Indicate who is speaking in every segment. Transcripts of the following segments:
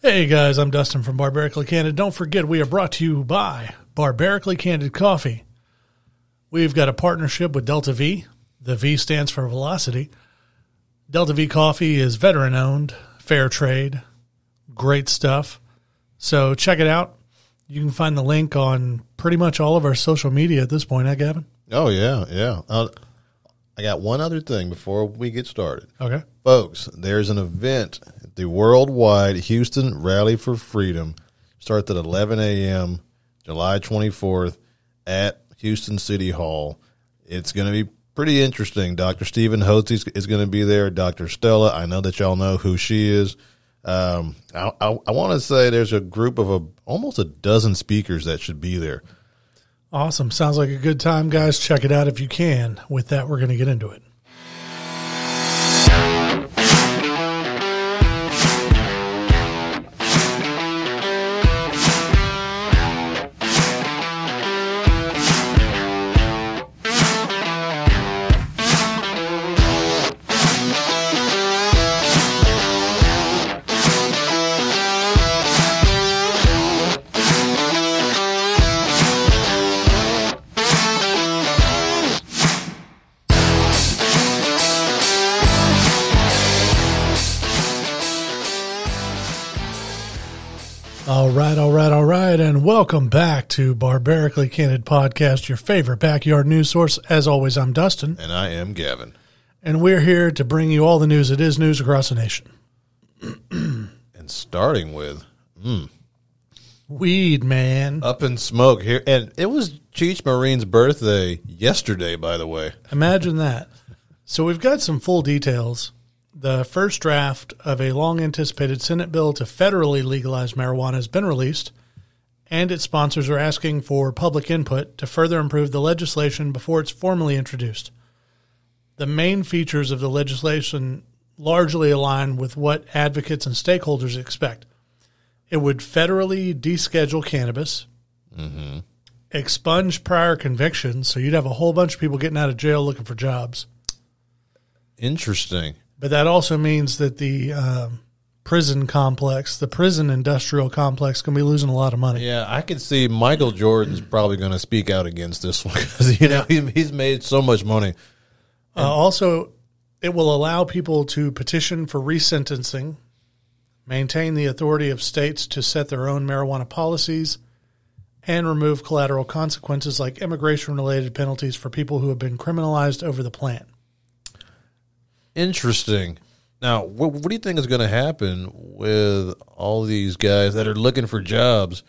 Speaker 1: Hey guys, I'm Dustin from Barbarically Candid. Don't forget, we are brought to you by Barbarically Candid Coffee. We've got a partnership with Delta V. The V stands for velocity. Delta V Coffee is veteran owned, fair trade, great stuff. So check it out. You can find the link on pretty much all of our social media at this point, huh, Gavin?
Speaker 2: Oh yeah, yeah. Uh, I got one other thing before we get started,
Speaker 1: Okay.
Speaker 2: folks. There's an event, the worldwide Houston Rally for Freedom, starts at 11 a.m. July 24th at Houston City Hall. It's going to be pretty interesting. Dr. Stephen Hotz is- is going to be there. Dr. Stella, I know that y'all know who she is. Um, I, I, I want to say there's a group of a, almost a dozen speakers that should be there.
Speaker 1: Awesome. Sounds like a good time, guys. Check it out if you can. With that, we're going to get into it. All right, all right, all right, and welcome back to Barbarically Candid Podcast, your favorite backyard news source. As always, I'm Dustin,
Speaker 2: And I am Gavin.
Speaker 1: and we're here to bring you all the news that is news across the nation.
Speaker 2: and starting with
Speaker 1: Weed, man.
Speaker 2: Up in Smoke here, and it was Cheech Marine's birthday yesterday, by the way.
Speaker 1: Imagine that. So we've got some full details. The first draft of a long anticipated Senate bill to federally legalize marijuana has been released, and its sponsors are asking for public input to further improve the legislation before it's formally introduced. The main features of the legislation largely align with what advocates and stakeholders expect. It would federally deschedule cannabis, expunge prior convictions, so you'd have a whole bunch of people getting out of jail looking for jobs.
Speaker 2: Interesting.
Speaker 1: But that also means that the um, prison complex, the prison industrial complex, can be losing a lot of money.
Speaker 2: Yeah, I can see Michael Jordan's probably going to speak out against this one because you know he, he's made so much money.
Speaker 1: Uh, also, it will allow people to petition for resentencing, maintain the authority of states to set their own marijuana policies, and remove collateral consequences like immigration related penalties for people who have been criminalized over the plant.
Speaker 2: Interesting. Now, what, what do you think is going to happen with all these guys that are looking for jobs?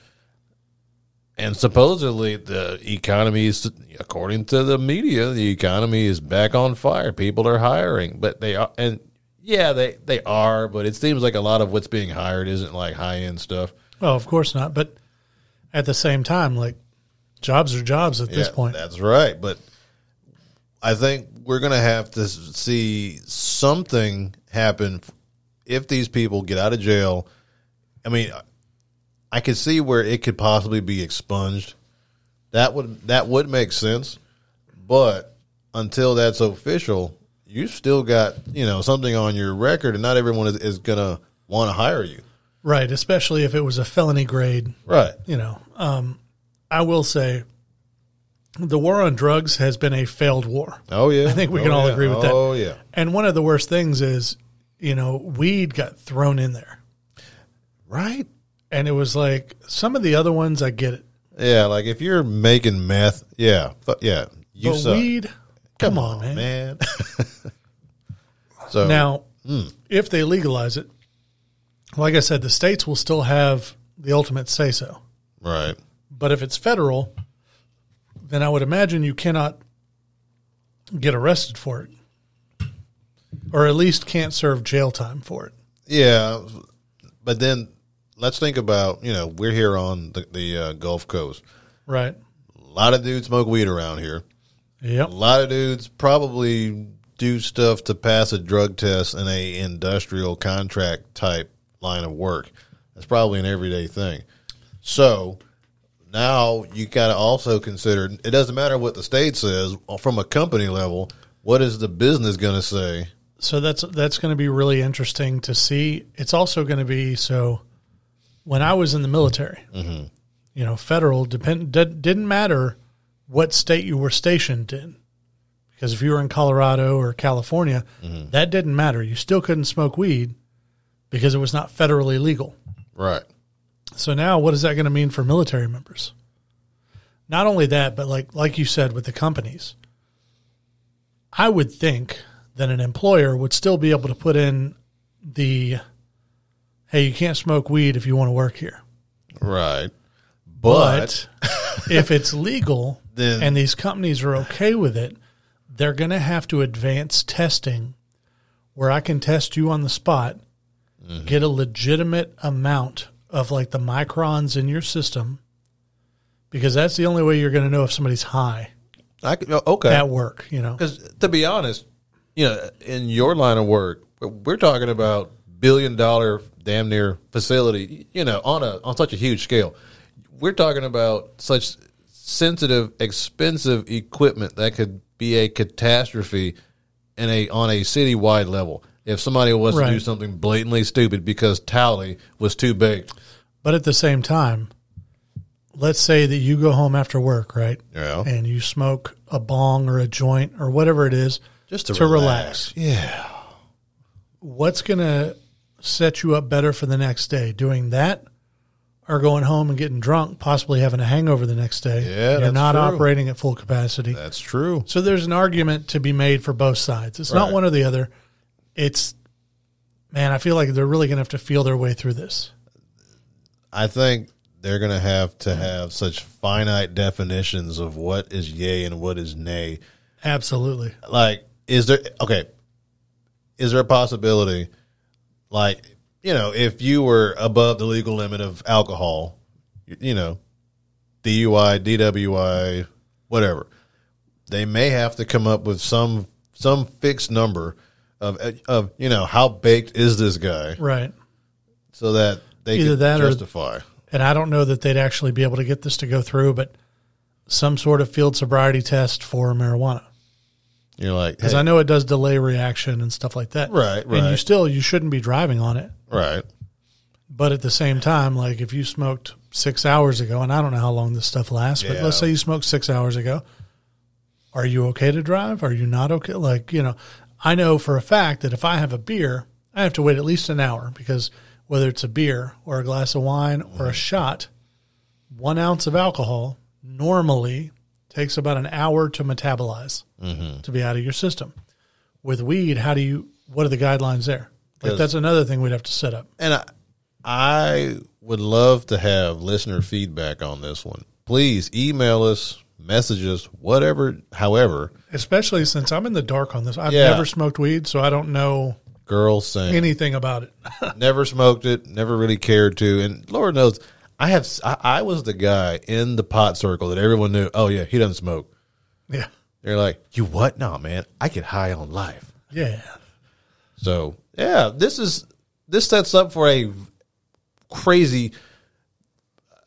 Speaker 2: And supposedly, the economy is, according to the media, the economy is back on fire. People are hiring, but they are, and yeah, they they are, but it seems like a lot of what's being hired isn't like high end stuff.
Speaker 1: Oh, of course not. But at the same time, like jobs are jobs at this
Speaker 2: Yeah,
Speaker 1: point.
Speaker 2: That's right. But I think we're going to have to s- see something happen f- if these people get out of jail. I mean, I could see where it could possibly be expunged. That would that would make sense, but until that's official, you still got you know something on your record, and not everyone is, is gonna want to hire you,
Speaker 1: Right. Especially if it was a felony grade,
Speaker 2: right?
Speaker 1: you know. Um, I will say the war on drugs has been a failed war.
Speaker 2: Oh yeah, I
Speaker 1: think we can all agree with that.
Speaker 2: Oh yeah,
Speaker 1: And one of the worst things is, you know, weed got thrown in there.
Speaker 2: right.
Speaker 1: And it was like some of the other ones, I get it.
Speaker 2: Yeah, like if you're making meth, yeah, fu- yeah, you
Speaker 1: But
Speaker 2: suck,
Speaker 1: weed, come, on, man.
Speaker 2: man. so
Speaker 1: Now, if they legalize it, like I said, the states will still have the ultimate say so.
Speaker 2: right,
Speaker 1: But if it's federal, then I would imagine you cannot get arrested for it, or at least can't serve jail time for it.
Speaker 2: yeah, but then let's think about you know we're here on the, the uh, Gulf Coast.
Speaker 1: Right.
Speaker 2: A lot of dudes smoke weed around here.
Speaker 1: Yep.
Speaker 2: A lot of dudes probably do stuff to pass a drug test in a industrial contract type line of work. That's probably an everyday thing. So now you got to also consider it doesn't matter what the state says from a company level. What is the business going to say?
Speaker 1: So that's that's going to be really interesting to see. It's also going to be so when I was in the military, you know, federal depend d- didn't matter what state you were stationed in, because if you were in Colorado or California, that didn't matter. You still couldn't smoke weed because it was not federally legal.
Speaker 2: Right.
Speaker 1: So now, what is that going to mean for military members? Not only that, but like like you said with the companies, I would think that an employer would still be able to put in the, hey, you can't smoke weed if you want to work here.
Speaker 2: Right.
Speaker 1: But if it's legal
Speaker 2: Then-
Speaker 1: and these companies are okay with it, they're going to have to advance testing where I can test you on the spot, get a legitimate amount of like the microns in your system, because that's the only way you're going to know if somebody's high
Speaker 2: I could, okay.
Speaker 1: at work, you know?
Speaker 2: Because to be honest, you know, in your line of work, we're talking about billion dollar, damn near facility. You know, on a on such a huge scale, we're talking about such sensitive, expensive equipment that could be a catastrophe in a on a citywide level. If somebody was to do
Speaker 1: Right.
Speaker 2: something blatantly stupid because Tally was too big,
Speaker 1: But at the same time, let's say that you go home after work, right?
Speaker 2: Yeah.
Speaker 1: And you smoke a bong or a joint or whatever it is
Speaker 2: just to,
Speaker 1: to relax.
Speaker 2: relax. yeah,
Speaker 1: what's going to set you up better for the next day? Doing that or going home and getting drunk, possibly having a hangover the next day?
Speaker 2: Yeah,
Speaker 1: You're
Speaker 2: that's
Speaker 1: not
Speaker 2: true.
Speaker 1: operating at full capacity.
Speaker 2: that's true.
Speaker 1: So there's an argument to be made for both sides. It's not
Speaker 2: Right.
Speaker 1: one or the other. It's, man, I feel like they're really going to have to feel their way through this.
Speaker 2: I think they're going to have to have such finite definitions of what is yay and what is nay.
Speaker 1: Absolutely.
Speaker 2: Like, is there okay? Is there a possibility, like you know, if you were above the legal limit of alcohol, you, you know, DUI, DWI, whatever, they may have to come up with some some fixed number of of you know how baked is this guy
Speaker 1: Right.
Speaker 2: so that they
Speaker 1: Either
Speaker 2: can
Speaker 1: that or-
Speaker 2: justify.
Speaker 1: And I don't know that they'd actually be able to get this to go through, but some sort of field sobriety test for marijuana.
Speaker 2: You're like,
Speaker 1: because
Speaker 2: hey,
Speaker 1: I know it does delay reaction and stuff like that.
Speaker 2: Right,
Speaker 1: And you
Speaker 2: right.
Speaker 1: still you shouldn't be driving on it,
Speaker 2: right.
Speaker 1: but at the same time, like if you smoked six hours ago, and I don't know how long this stuff lasts, but
Speaker 2: Yeah.
Speaker 1: let's say you smoked six hours ago, are you okay to drive? Are you not okay? Like you know, I know for a fact that if I have a beer, I have to wait at least an hour because whether it's a beer or a glass of wine or a shot, one ounce of alcohol normally takes about an hour to metabolize to be out of your system. With weed, how do you? What are the guidelines there? Like
Speaker 2: 'Cause-
Speaker 1: that's another thing we'd have to set up.
Speaker 2: and I, I would love to have listener feedback on this one. Please email us, message us, whatever. However,
Speaker 1: Especially since I'm in the dark on this. I've
Speaker 2: Yeah.
Speaker 1: never smoked weed, so I don't know
Speaker 2: girl saying
Speaker 1: anything about it.
Speaker 2: never smoked it, never really cared to, and Lord knows I have. I, I was the guy in the pot circle that everyone knew. Oh yeah, he doesn't smoke.
Speaker 1: yeah.
Speaker 2: They're like, you what? Nah, man, I get high on life.
Speaker 1: Yeah.
Speaker 2: So yeah, this is this sets up for a crazy,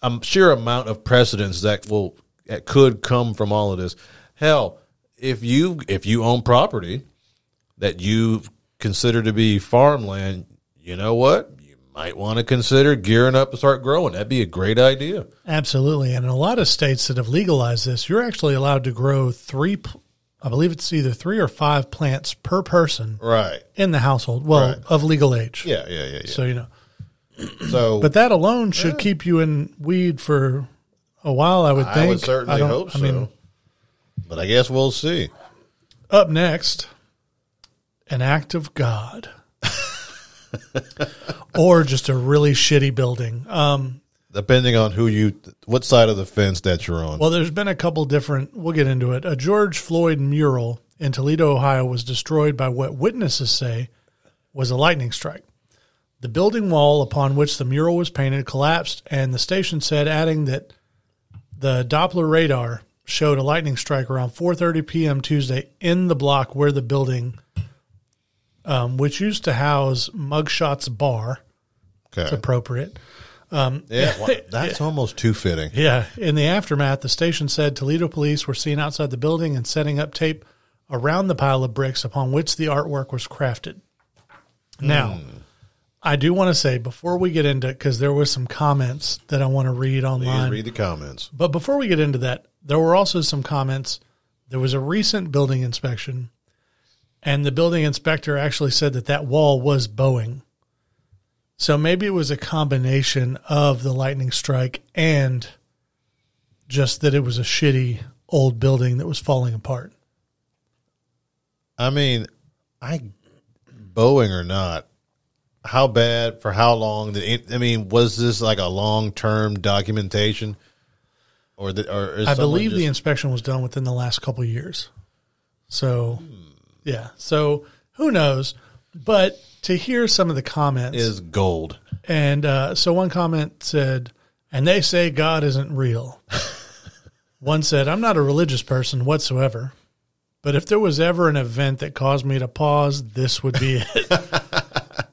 Speaker 2: I'm sure amount of precedents that will that could come from all of this. Hell, if you if you own property that you consider to be farmland, you know what you might want to consider gearing up and start growing. That'd be a great idea.
Speaker 1: Absolutely. And in a lot of states that have legalized this, you're actually allowed to grow three, pl- I believe it's either three or five plants per person
Speaker 2: Right?
Speaker 1: in the household, well,
Speaker 2: Right.
Speaker 1: of legal age.
Speaker 2: Yeah, yeah, yeah, yeah.
Speaker 1: So, you know,
Speaker 2: So,
Speaker 1: but that alone should keep you in weed for a while, I would
Speaker 2: I
Speaker 1: think.
Speaker 2: would certainly
Speaker 1: don't-
Speaker 2: hope so.
Speaker 1: I mean,
Speaker 2: but I guess we'll see.
Speaker 1: Up next, an act of God, or just a really shitty building. Um,
Speaker 2: Depending on who you, what side of the fence that you're on.
Speaker 1: well, there's been a couple different. We'll get into it. A George Floyd mural in Toledo, Ohio, was destroyed by what witnesses say was a lightning strike. The building wall upon which the mural was painted collapsed, and the station said, adding that the Doppler radar showed a lightning strike around 4:30 p.m. Tuesday in the block where the building, um, which used to house Mugshots Bar,
Speaker 2: okay.
Speaker 1: appropriate.
Speaker 2: Yeah, well, that's almost too fitting.
Speaker 1: Yeah. In the aftermath, the station said Toledo police were seen outside the building and setting up tape
Speaker 2: Hmm.
Speaker 1: around the pile of bricks upon which the artwork was crafted. Now, I do want to say before we get into because there was some comments that I want to read
Speaker 2: Please
Speaker 1: online.
Speaker 2: read the comments.
Speaker 1: But before we get into that, there were also some comments. There was a recent building inspection, and the building inspector actually said that that wall was Boeing. So maybe it was a combination of the lightning strike and just that it was a shitty old building that was falling apart.
Speaker 2: I mean, I Boeing or not, how bad for how long? Did it, I mean, was this like a long term documentation, or the, or is
Speaker 1: I
Speaker 2: someone
Speaker 1: believe the
Speaker 2: just-
Speaker 1: inspection was done within the last couple of years. So, yeah. So who knows? But to hear some of the comments
Speaker 2: is gold?
Speaker 1: And uh, so one comment said, and they say God isn't real. one said, I'm not a religious person whatsoever, but if there was ever an event that caused me to pause, this would be it.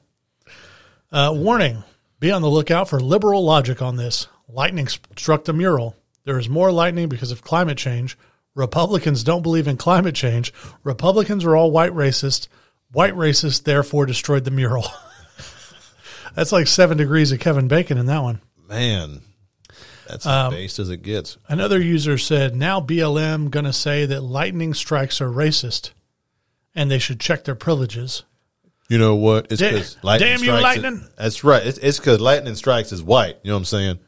Speaker 1: uh, warning be on the lookout for liberal logic on this. Lightning sp- struck the mural. There is more lightning because of climate change. Republicans don't believe in climate change. Republicans are all white racist. White racist therefore destroyed the mural. That's like seven degrees of Kevin Bacon in that one.
Speaker 2: Man, that's
Speaker 1: Um,
Speaker 2: as based as it gets.
Speaker 1: Another user said, "Now BLM gonna say that lightning strikes are racist, and they should check their privileges."
Speaker 2: You know what? It's
Speaker 1: Da-
Speaker 2: 'cause lightning
Speaker 1: damn you,
Speaker 2: strikes
Speaker 1: lightning.
Speaker 2: it- that's right. It's it's because lightning strikes is white. You know what I'm saying?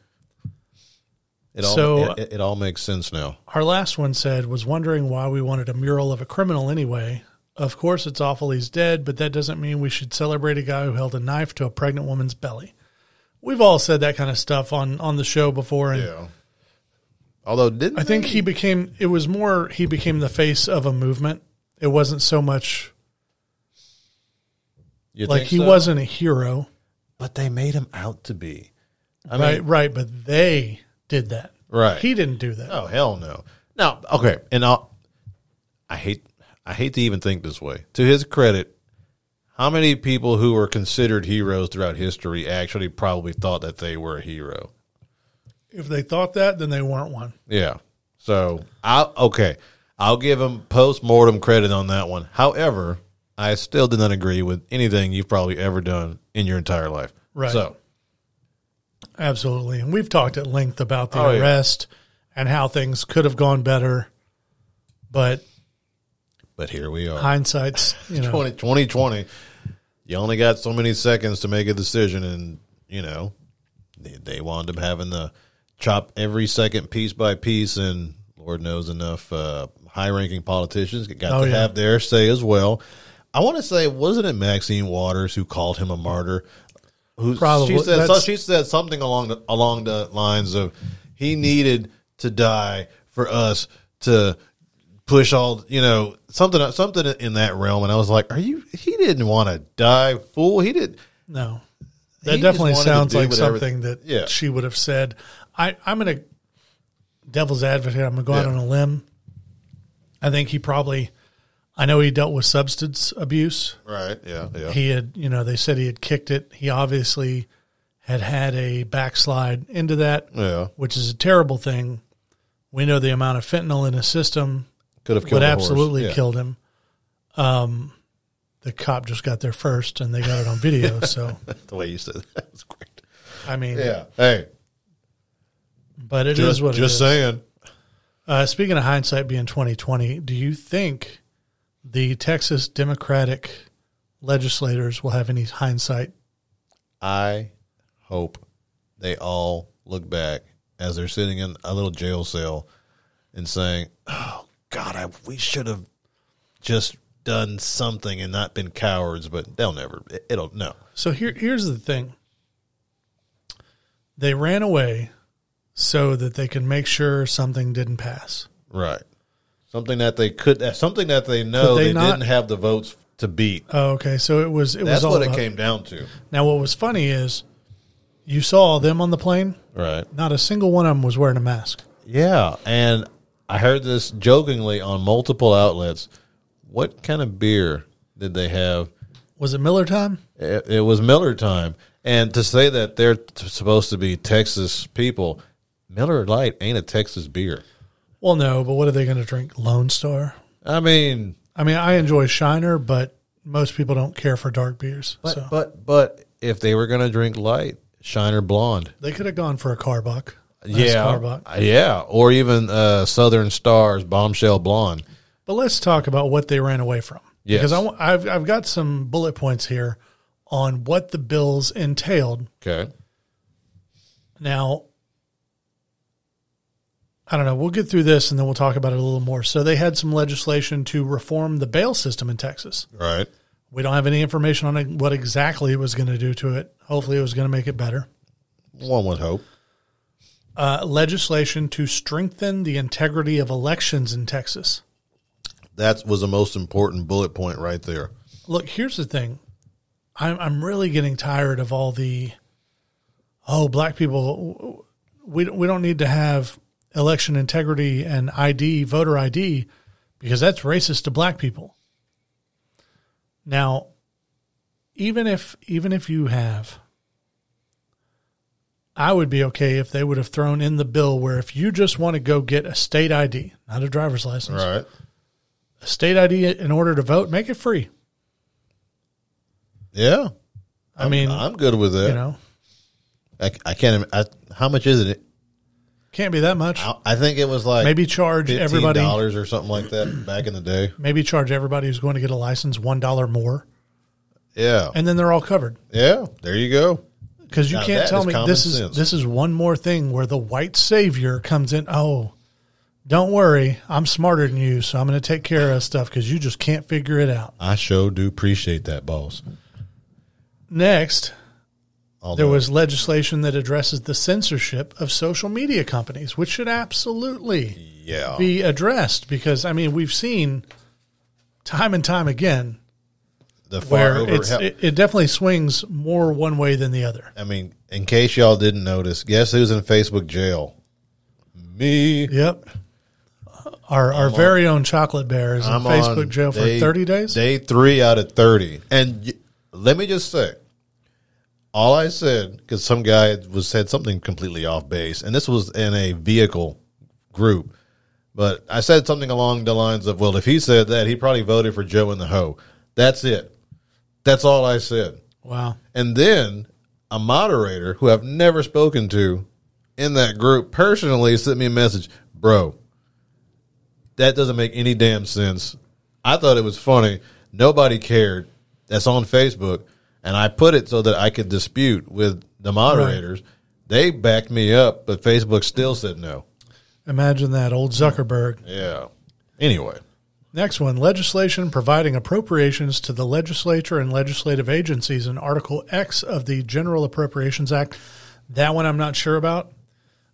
Speaker 2: It all
Speaker 1: So-
Speaker 2: it, it all makes sense now.
Speaker 1: Our last one said, "Was wondering why we wanted a mural of a criminal anyway. Of course, it's awful he's dead, but that doesn't mean we should celebrate a guy who held a knife to a pregnant woman's belly." We've all said that kind of stuff on on the show before, and
Speaker 2: Yeah. Although didn't
Speaker 1: I think
Speaker 2: they-
Speaker 1: he became it was more he became the face of a movement. It wasn't so much
Speaker 2: you
Speaker 1: like
Speaker 2: think
Speaker 1: he
Speaker 2: so?
Speaker 1: wasn't a hero.
Speaker 2: but they made him out to be. I mean,
Speaker 1: right, right. But they did that.
Speaker 2: Right.
Speaker 1: He didn't do that.
Speaker 2: Oh hell no. Now, okay, and I I hate I hate to even think this way. To his credit, how many people who were considered heroes throughout history actually probably thought that they were a hero?
Speaker 1: If they thought that, then they weren't one.
Speaker 2: Yeah. So, I okay, I'll give him post-mortem credit on that one. However, I still did not agree with anything you've probably ever done in your entire life.
Speaker 1: Right.
Speaker 2: So,
Speaker 1: Absolutely. And we've talked at length about the
Speaker 2: Oh, yeah.
Speaker 1: arrest and how things could have gone better, but
Speaker 2: but here we are.
Speaker 1: hindsight's you know
Speaker 2: 20, 2020, you only got so many seconds to make a decision, and you know they, they wound up having to chop every second piece by piece, and Lord knows enough uh, high-ranking politicians got
Speaker 1: Oh,
Speaker 2: to
Speaker 1: yeah.
Speaker 2: have their say as well. I want to say, wasn't it Maxine Waters who called him a martyr? Who
Speaker 1: Probably.
Speaker 2: she said so
Speaker 1: That's-
Speaker 2: she said something along the, along the lines of he needed to die for us to push all you know something something in that realm and i was like are you he didn't want to die fool he did
Speaker 1: no. That
Speaker 2: He just
Speaker 1: definitely
Speaker 2: wanted to
Speaker 1: sounds
Speaker 2: do
Speaker 1: like
Speaker 2: whatever-
Speaker 1: something that
Speaker 2: Yeah.
Speaker 1: she would have said. I, I'm gonna devil's advocate, I'm gonna go out
Speaker 2: Yeah.
Speaker 1: on a limb. I think he probably I know he dealt with substance abuse.
Speaker 2: right yeah yeah
Speaker 1: he had you know they said he had kicked it he obviously had had a backslide into that
Speaker 2: yeah
Speaker 1: which is a terrible thing we know the amount of fentanyl in his system
Speaker 2: could have killed
Speaker 1: would
Speaker 2: a horse.
Speaker 1: absolutely
Speaker 2: Yeah.
Speaker 1: killed him um the cop just got there first and they got it on video so
Speaker 2: the way you said that, that was great
Speaker 1: i mean
Speaker 2: yeah hey
Speaker 1: but it is
Speaker 2: just,
Speaker 1: what
Speaker 2: just
Speaker 1: it is
Speaker 2: saying
Speaker 1: uh, speaking of hindsight being 2020 do you think the texas democratic legislators will have any hindsight
Speaker 2: i hope they all look back as they're sitting in a little jail cell and saying oh god I, we should have just done something and not been cowards but they'll never it- it'll no
Speaker 1: So here, here's the thing. They ran away so that they can make sure something didn't pass.
Speaker 2: Right. Something that they could, something that they know
Speaker 1: Could they
Speaker 2: they,
Speaker 1: not-
Speaker 2: didn't have the votes to beat.
Speaker 1: Oh, okay. So it was it was
Speaker 2: That's
Speaker 1: all
Speaker 2: what it
Speaker 1: about-
Speaker 2: came down to.
Speaker 1: Now what was funny is you saw them on the plane.
Speaker 2: Right.
Speaker 1: Not a single one of them was wearing a mask.
Speaker 2: Yeah. And I heard this jokingly on multiple outlets. What kind of beer did they have?
Speaker 1: Was it Miller time?
Speaker 2: It, it was Miller time. And to say that they're t- supposed to be Texas people, Miller Light ain't a Texas beer.
Speaker 1: Well, no. But what are they going to drink? Lone Star.
Speaker 2: I mean,
Speaker 1: I mean, I enjoy Shiner, but most people don't care for dark beers.
Speaker 2: But
Speaker 1: so
Speaker 2: but but if they were going to drink light, Shiner Blonde.
Speaker 1: They could have gone for a Carbach. Nice
Speaker 2: yeah.
Speaker 1: Carbach.
Speaker 2: Uh, Yeah. Or even uh, Southern Stars Bombshell Blonde.
Speaker 1: But let's talk about what they ran away from.
Speaker 2: Yes.
Speaker 1: Because I, have I've got some bullet points here on what the bills entailed.
Speaker 2: Okay.
Speaker 1: Now, I don't know. We'll get through this and then we'll talk about it a little more. So they had some legislation to reform the bail system in Texas.
Speaker 2: Right.
Speaker 1: We don't have any information on what exactly it was going to do to it. Hopefully, it was going to make it better.
Speaker 2: One would hope.
Speaker 1: Uh, legislation to strengthen the integrity of elections in Texas.
Speaker 2: That was the most important bullet point right there.
Speaker 1: look here's the thing i'm i'm really getting tired of all the oh black people we we don't need to have election integrity and id voter id because that's racist to black people now even if even if you have I would be okay if they would have thrown in the bill where if you just want to go get a state ID, not a driver's license,
Speaker 2: Right.
Speaker 1: a state ID in order to vote, make it free.
Speaker 2: Yeah.
Speaker 1: I mean,
Speaker 2: I'm good with that.
Speaker 1: you know,
Speaker 2: I, I can't. I, how much is it?
Speaker 1: Can't be that much.
Speaker 2: I, I think it was like
Speaker 1: Maybe charge
Speaker 2: fifteen
Speaker 1: everybody.
Speaker 2: dollars or something like that back in the day.
Speaker 1: Maybe charge everybody who's going to get a license one dollar more,
Speaker 2: Yeah,
Speaker 1: and then they're all covered.
Speaker 2: yeah. There you go.
Speaker 1: Because you
Speaker 2: Now
Speaker 1: can't
Speaker 2: that
Speaker 1: tell
Speaker 2: is
Speaker 1: me
Speaker 2: common
Speaker 1: this is
Speaker 2: sense.
Speaker 1: this is one more thing where the white savior comes in. Oh, don't worry, I'm smarter than you, so I'm going to take care of stuff because you just can't figure it out.
Speaker 2: I sure do appreciate that, boss.
Speaker 1: Next,
Speaker 2: Although
Speaker 1: there was legislation that addresses the censorship of social media companies, which should absolutely
Speaker 2: yeah,
Speaker 1: be addressed because I mean we've seen time and time again
Speaker 2: the far
Speaker 1: where
Speaker 2: over.
Speaker 1: it's,
Speaker 2: hell-
Speaker 1: it, it definitely swings more one way than the other.
Speaker 2: I mean, in case y'all didn't notice, guess who's in Facebook jail? Me.
Speaker 1: Yep. Our our very own chocolate bear is in
Speaker 2: I'm
Speaker 1: Facebook
Speaker 2: on
Speaker 1: jail for
Speaker 2: day-
Speaker 1: 30 days.
Speaker 2: Day three out of 30. And y- let me just say, all I said, because some guy was said something completely off base, and this was in a vehicle group, but I said something along the lines of, well, if he said that, he probably voted for Joe and the Hoe. That's it. That's all I said.
Speaker 1: Wow.
Speaker 2: And then a moderator who I've never spoken to in that group personally sent me a message, bro. That doesn't make any damn sense. I thought it was funny. Nobody cared. That's on Facebook. And I put it so that I could dispute with the moderators. They backed me up, but Facebook still said no.
Speaker 1: Imagine that old Zuckerberg.
Speaker 2: Yeah. Anyway.
Speaker 1: Next one, legislation providing appropriations to the legislature and legislative agencies in Article X of the General Appropriations Act. That one I'm not sure about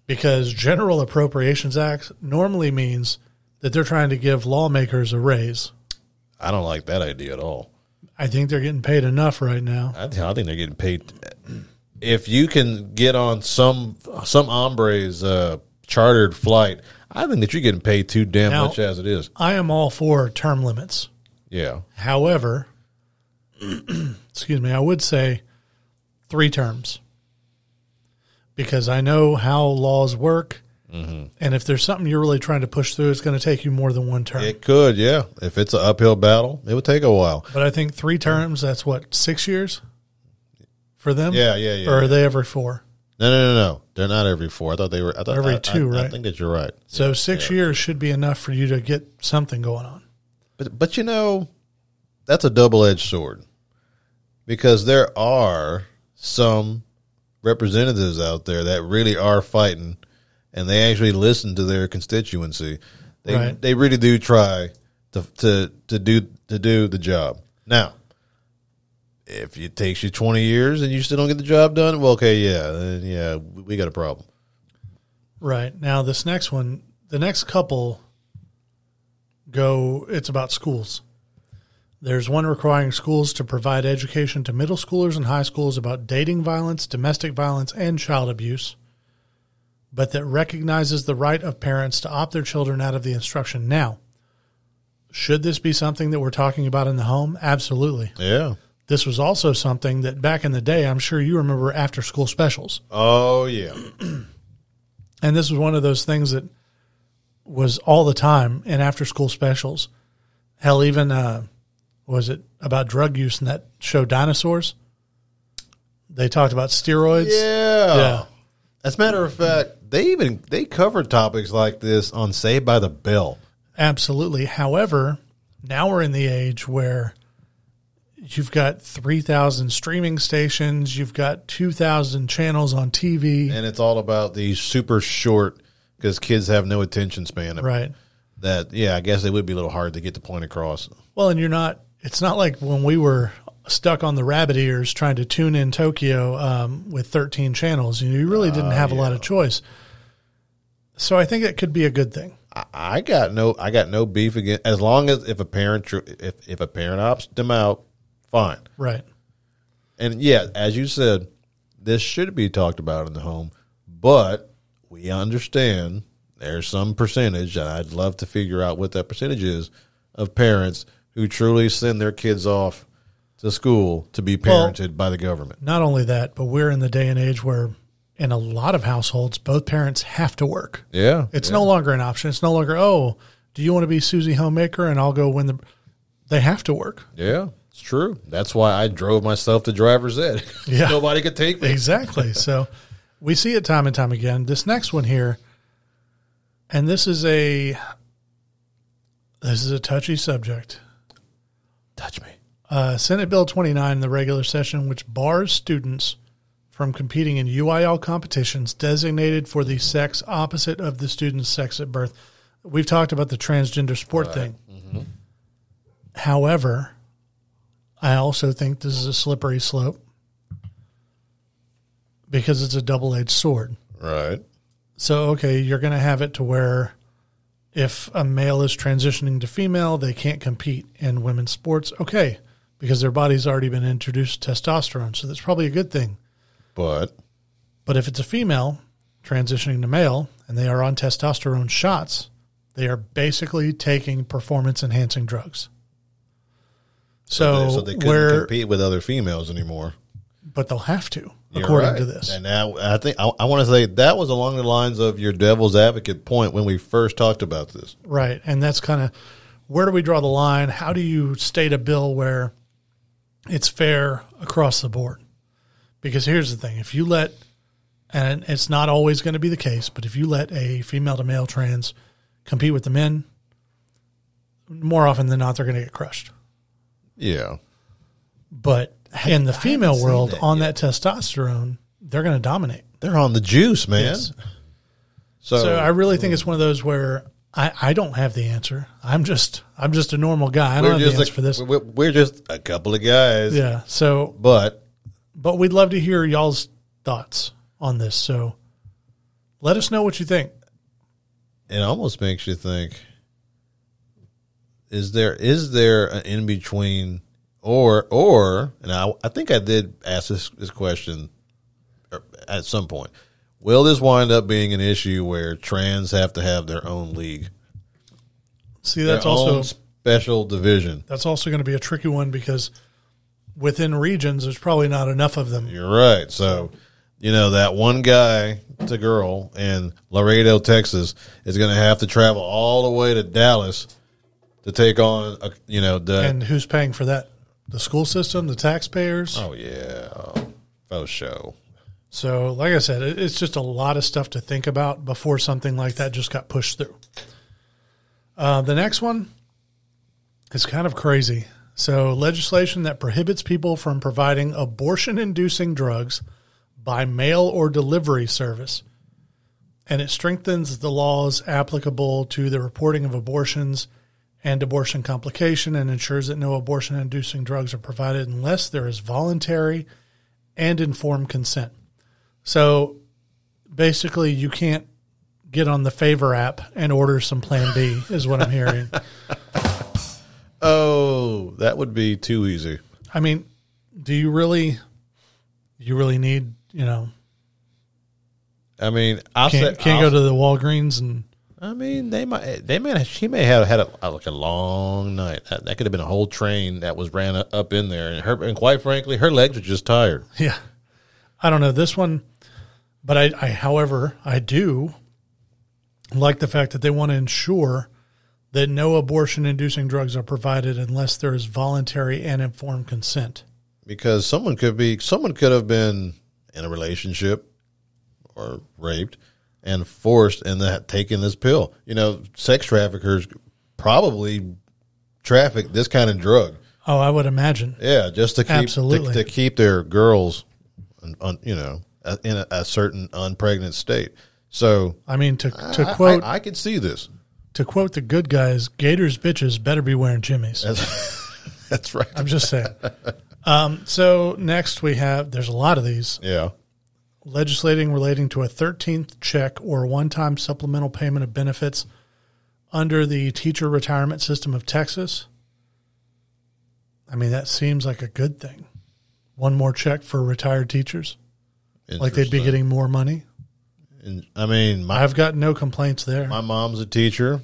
Speaker 1: because General Appropriations Act normally means that they're trying to give lawmakers a raise.
Speaker 2: I don't like that idea at all.
Speaker 1: I think they're getting paid enough right now.
Speaker 2: I, th- I think they're getting paid. If you can get on some some hombres uh, chartered flight, I think that you're getting paid too damn
Speaker 1: Now-
Speaker 2: much as it is.
Speaker 1: I am all for term limits.
Speaker 2: Yeah,
Speaker 1: However, excuse me, I would say three terms because I know how laws work.
Speaker 2: Mm-hmm.
Speaker 1: And if there's something you're really trying to push through, it's going to take you more than one term.
Speaker 2: it could. Yeah, if it's an uphill battle, it would take a while.
Speaker 1: but I think three terms, that's what, six years for them?
Speaker 2: Yeah, yeah, yeah,
Speaker 1: Or are
Speaker 2: yeah.
Speaker 1: they every four?
Speaker 2: No, no, no, no. They're not every four. I thought they were. I thought
Speaker 1: Every
Speaker 2: I- I-
Speaker 1: two,
Speaker 2: I
Speaker 1: right?
Speaker 2: think that you're right.
Speaker 1: So six years should be enough for you to get something going on.
Speaker 2: But but you know, that's a double edged sword because there are some representatives out there that really are fighting, and they actually listen to their constituency. They
Speaker 1: Right.
Speaker 2: they really do try to to to do to do the job. Now, if it takes you twenty years and you still don't get the job done, well, okay, yeah, then, yeah, we we got a problem.
Speaker 1: Right. Now, this next one, the next couple go, it's about schools. There's one requiring schools to provide education to middle schoolers and high schools about dating violence, domestic violence, and child abuse, but that recognizes the right of parents to opt their children out of the instruction. Now, should this be something that we're talking about in the home? Absolutely.
Speaker 2: Yeah.
Speaker 1: This was also something that back in the day, I'm sure you remember after school specials.
Speaker 2: Oh yeah.
Speaker 1: And this was one of those things that was all the time in after school specials. Hell, even uh, was it about drug use in that show Dinosaurs? They talked about steroids.
Speaker 2: Yeah.
Speaker 1: Yeah.
Speaker 2: As a matter of fact, they even they cover topics like this on Saved by the Bell.
Speaker 1: Absolutely. However, now we're in the age where you've got 3,000 streaming stations, you've got 2,000 channels on TV.
Speaker 2: And it's all about these super short because kids have no attention span.
Speaker 1: Right.
Speaker 2: That yeah, I guess it would be a little hard to get the point across.
Speaker 1: Well, and you're not, it's not like when we were stuck on the rabbit ears trying to tune in Tokyo um, with 13 channels. You, know, you really didn't have a lot of choice. So I think it could be a good thing.
Speaker 2: I, I got no I got no beef against as long as if a parent tr- if if a parent opts them out, fine.
Speaker 1: Right.
Speaker 2: And yeah, as you said, this should be talked about in the home, but we understand there's some percentage, and I'd love to figure out what that percentage is of parents who truly send their kids off to school to be
Speaker 1: Well-
Speaker 2: parented by the government.
Speaker 1: Not only that, but we're in the day and age where in a lot of households, both parents have to work.
Speaker 2: Yeah.
Speaker 1: It's no longer an option. It's no longer, oh, do you want to be Susie Homemaker and I'll go win the. They have to work.
Speaker 2: Yeah. It's true. That's why I drove myself to driver's ed.
Speaker 1: Yeah.
Speaker 2: Nobody could take me.
Speaker 1: Exactly. so we see it time and time again. This next one here, and this is a. This is a touchy subject.
Speaker 2: Touch me.
Speaker 1: Uh, Senate Bill 29, the regular session, which bars students from competing in UIL competitions designated for the sex opposite of the student's sex at birth. We've talked about the transgender sport thing. However, I also think this is a slippery slope because it's a double edged sword.
Speaker 2: Right.
Speaker 1: So, okay, you're going to have it to where if a male is transitioning to female, they can't compete in women's sports. Okay, because their body's already been introduced testosterone. So that's probably a good thing.
Speaker 2: But
Speaker 1: But if it's a female transitioning to male and they are on testosterone shots, they are basically taking performance enhancing drugs. So,
Speaker 2: so they couldn't
Speaker 1: where,
Speaker 2: compete with other females anymore.
Speaker 1: but they'll have to,
Speaker 2: You're
Speaker 1: according
Speaker 2: right.
Speaker 1: to this.
Speaker 2: And now I think I, I want to say that was along the lines of your devil's advocate point when we first talked about this.
Speaker 1: Right. And that's kind of where do we draw the line? How do you state a bill where it's fair across the board? Because here's the thing if you let, and it's not always going to be the case, but if you let a female to male trans compete with the men, more often than not, they're going to get crushed.
Speaker 2: Yeah.
Speaker 1: But in the female
Speaker 2: seen
Speaker 1: world,
Speaker 2: that
Speaker 1: on that testosterone, they're going to dominate.
Speaker 2: They're on the juice, man.
Speaker 1: Yes.
Speaker 2: So,
Speaker 1: So I really think it's one of those where I, I don't have the answer. I'm just I'm just a normal guy. I don't
Speaker 2: we're
Speaker 1: have the answer
Speaker 2: just, a,
Speaker 1: for this.
Speaker 2: We're, we're just a couple of guys.
Speaker 1: Yeah. So
Speaker 2: But
Speaker 1: but we'd love to hear y'all's thoughts on this. So let us know what you think.
Speaker 2: it almost makes you think is there is there an in between or or and I, I think I did ask this, this question er, at some point. Will this wind up being an issue where trans have to have their own league?
Speaker 1: See, that's
Speaker 2: their
Speaker 1: also
Speaker 2: own special division.
Speaker 1: that's also going to be a tricky one because within regions, there's probably not enough of them.
Speaker 2: You're right. So, you know, that one guy to girl in Laredo, Texas is going to have to travel all the way to Dallas to take on, a, you know, the.
Speaker 1: And who's paying for that? The school system, the taxpayers.
Speaker 2: oh, yeah.
Speaker 1: Um,
Speaker 2: Oh, show.
Speaker 1: So, like I said, it, it's just a lot of stuff to think about before something like that just got pushed through. Uh, the next one is kind of crazy. So, legislation that prohibits people from providing abortion inducing drugs by mail or delivery service. And it strengthens the laws applicable to the reporting of abortions and abortion complication and ensures that no abortion inducing drugs are provided unless there is voluntary and informed consent. So basically, you can't get on the favor app and order some plan B, is what I'm hearing.
Speaker 2: Oh, that would be too easy.
Speaker 1: I mean, do you really, you really need, you know,
Speaker 2: I mean, I'll
Speaker 1: can't,
Speaker 2: say.
Speaker 1: can't
Speaker 2: I'll-
Speaker 1: go to the Walgreens and
Speaker 2: I mean, they might. They may. She may have had a, a- like a long night. That, that could have been a whole train that was ran up in there, and her. And quite frankly, her legs are just tired.
Speaker 1: yeah, I don't know this one, but I, I however, I do like the fact that they want to ensure that no abortion inducing drugs are provided unless there is voluntary and informed consent.
Speaker 2: because someone could be someone could have been in a relationship or raped and forced and that taking this pill. You know, sex traffickers probably traffic this kind of drug.
Speaker 1: Oh, I would imagine.
Speaker 2: Yeah, just to keep
Speaker 1: Absolutely.
Speaker 2: To, to keep their girls, un, un, you know, uh, in a, a certain unpregnant state. So
Speaker 1: I mean, to to
Speaker 2: Uh, I-
Speaker 1: quote
Speaker 2: I, I could see this.
Speaker 1: to quote the good guys, Gators bitches better be wearing jimmies.
Speaker 2: That's, that's right.
Speaker 1: I'm just saying. Um, so next we have there's a lot of these
Speaker 2: yeah.
Speaker 1: legislating relating to a 13th check or one-time supplemental payment of benefits under the teacher retirement system of Texas. I mean, that seems like a good thing. One more check for retired teachers, like they'd be
Speaker 2: Interesting.
Speaker 1: getting more money.
Speaker 2: And, I mean, my
Speaker 1: I've got no complaints there.
Speaker 2: my mom's a teacher.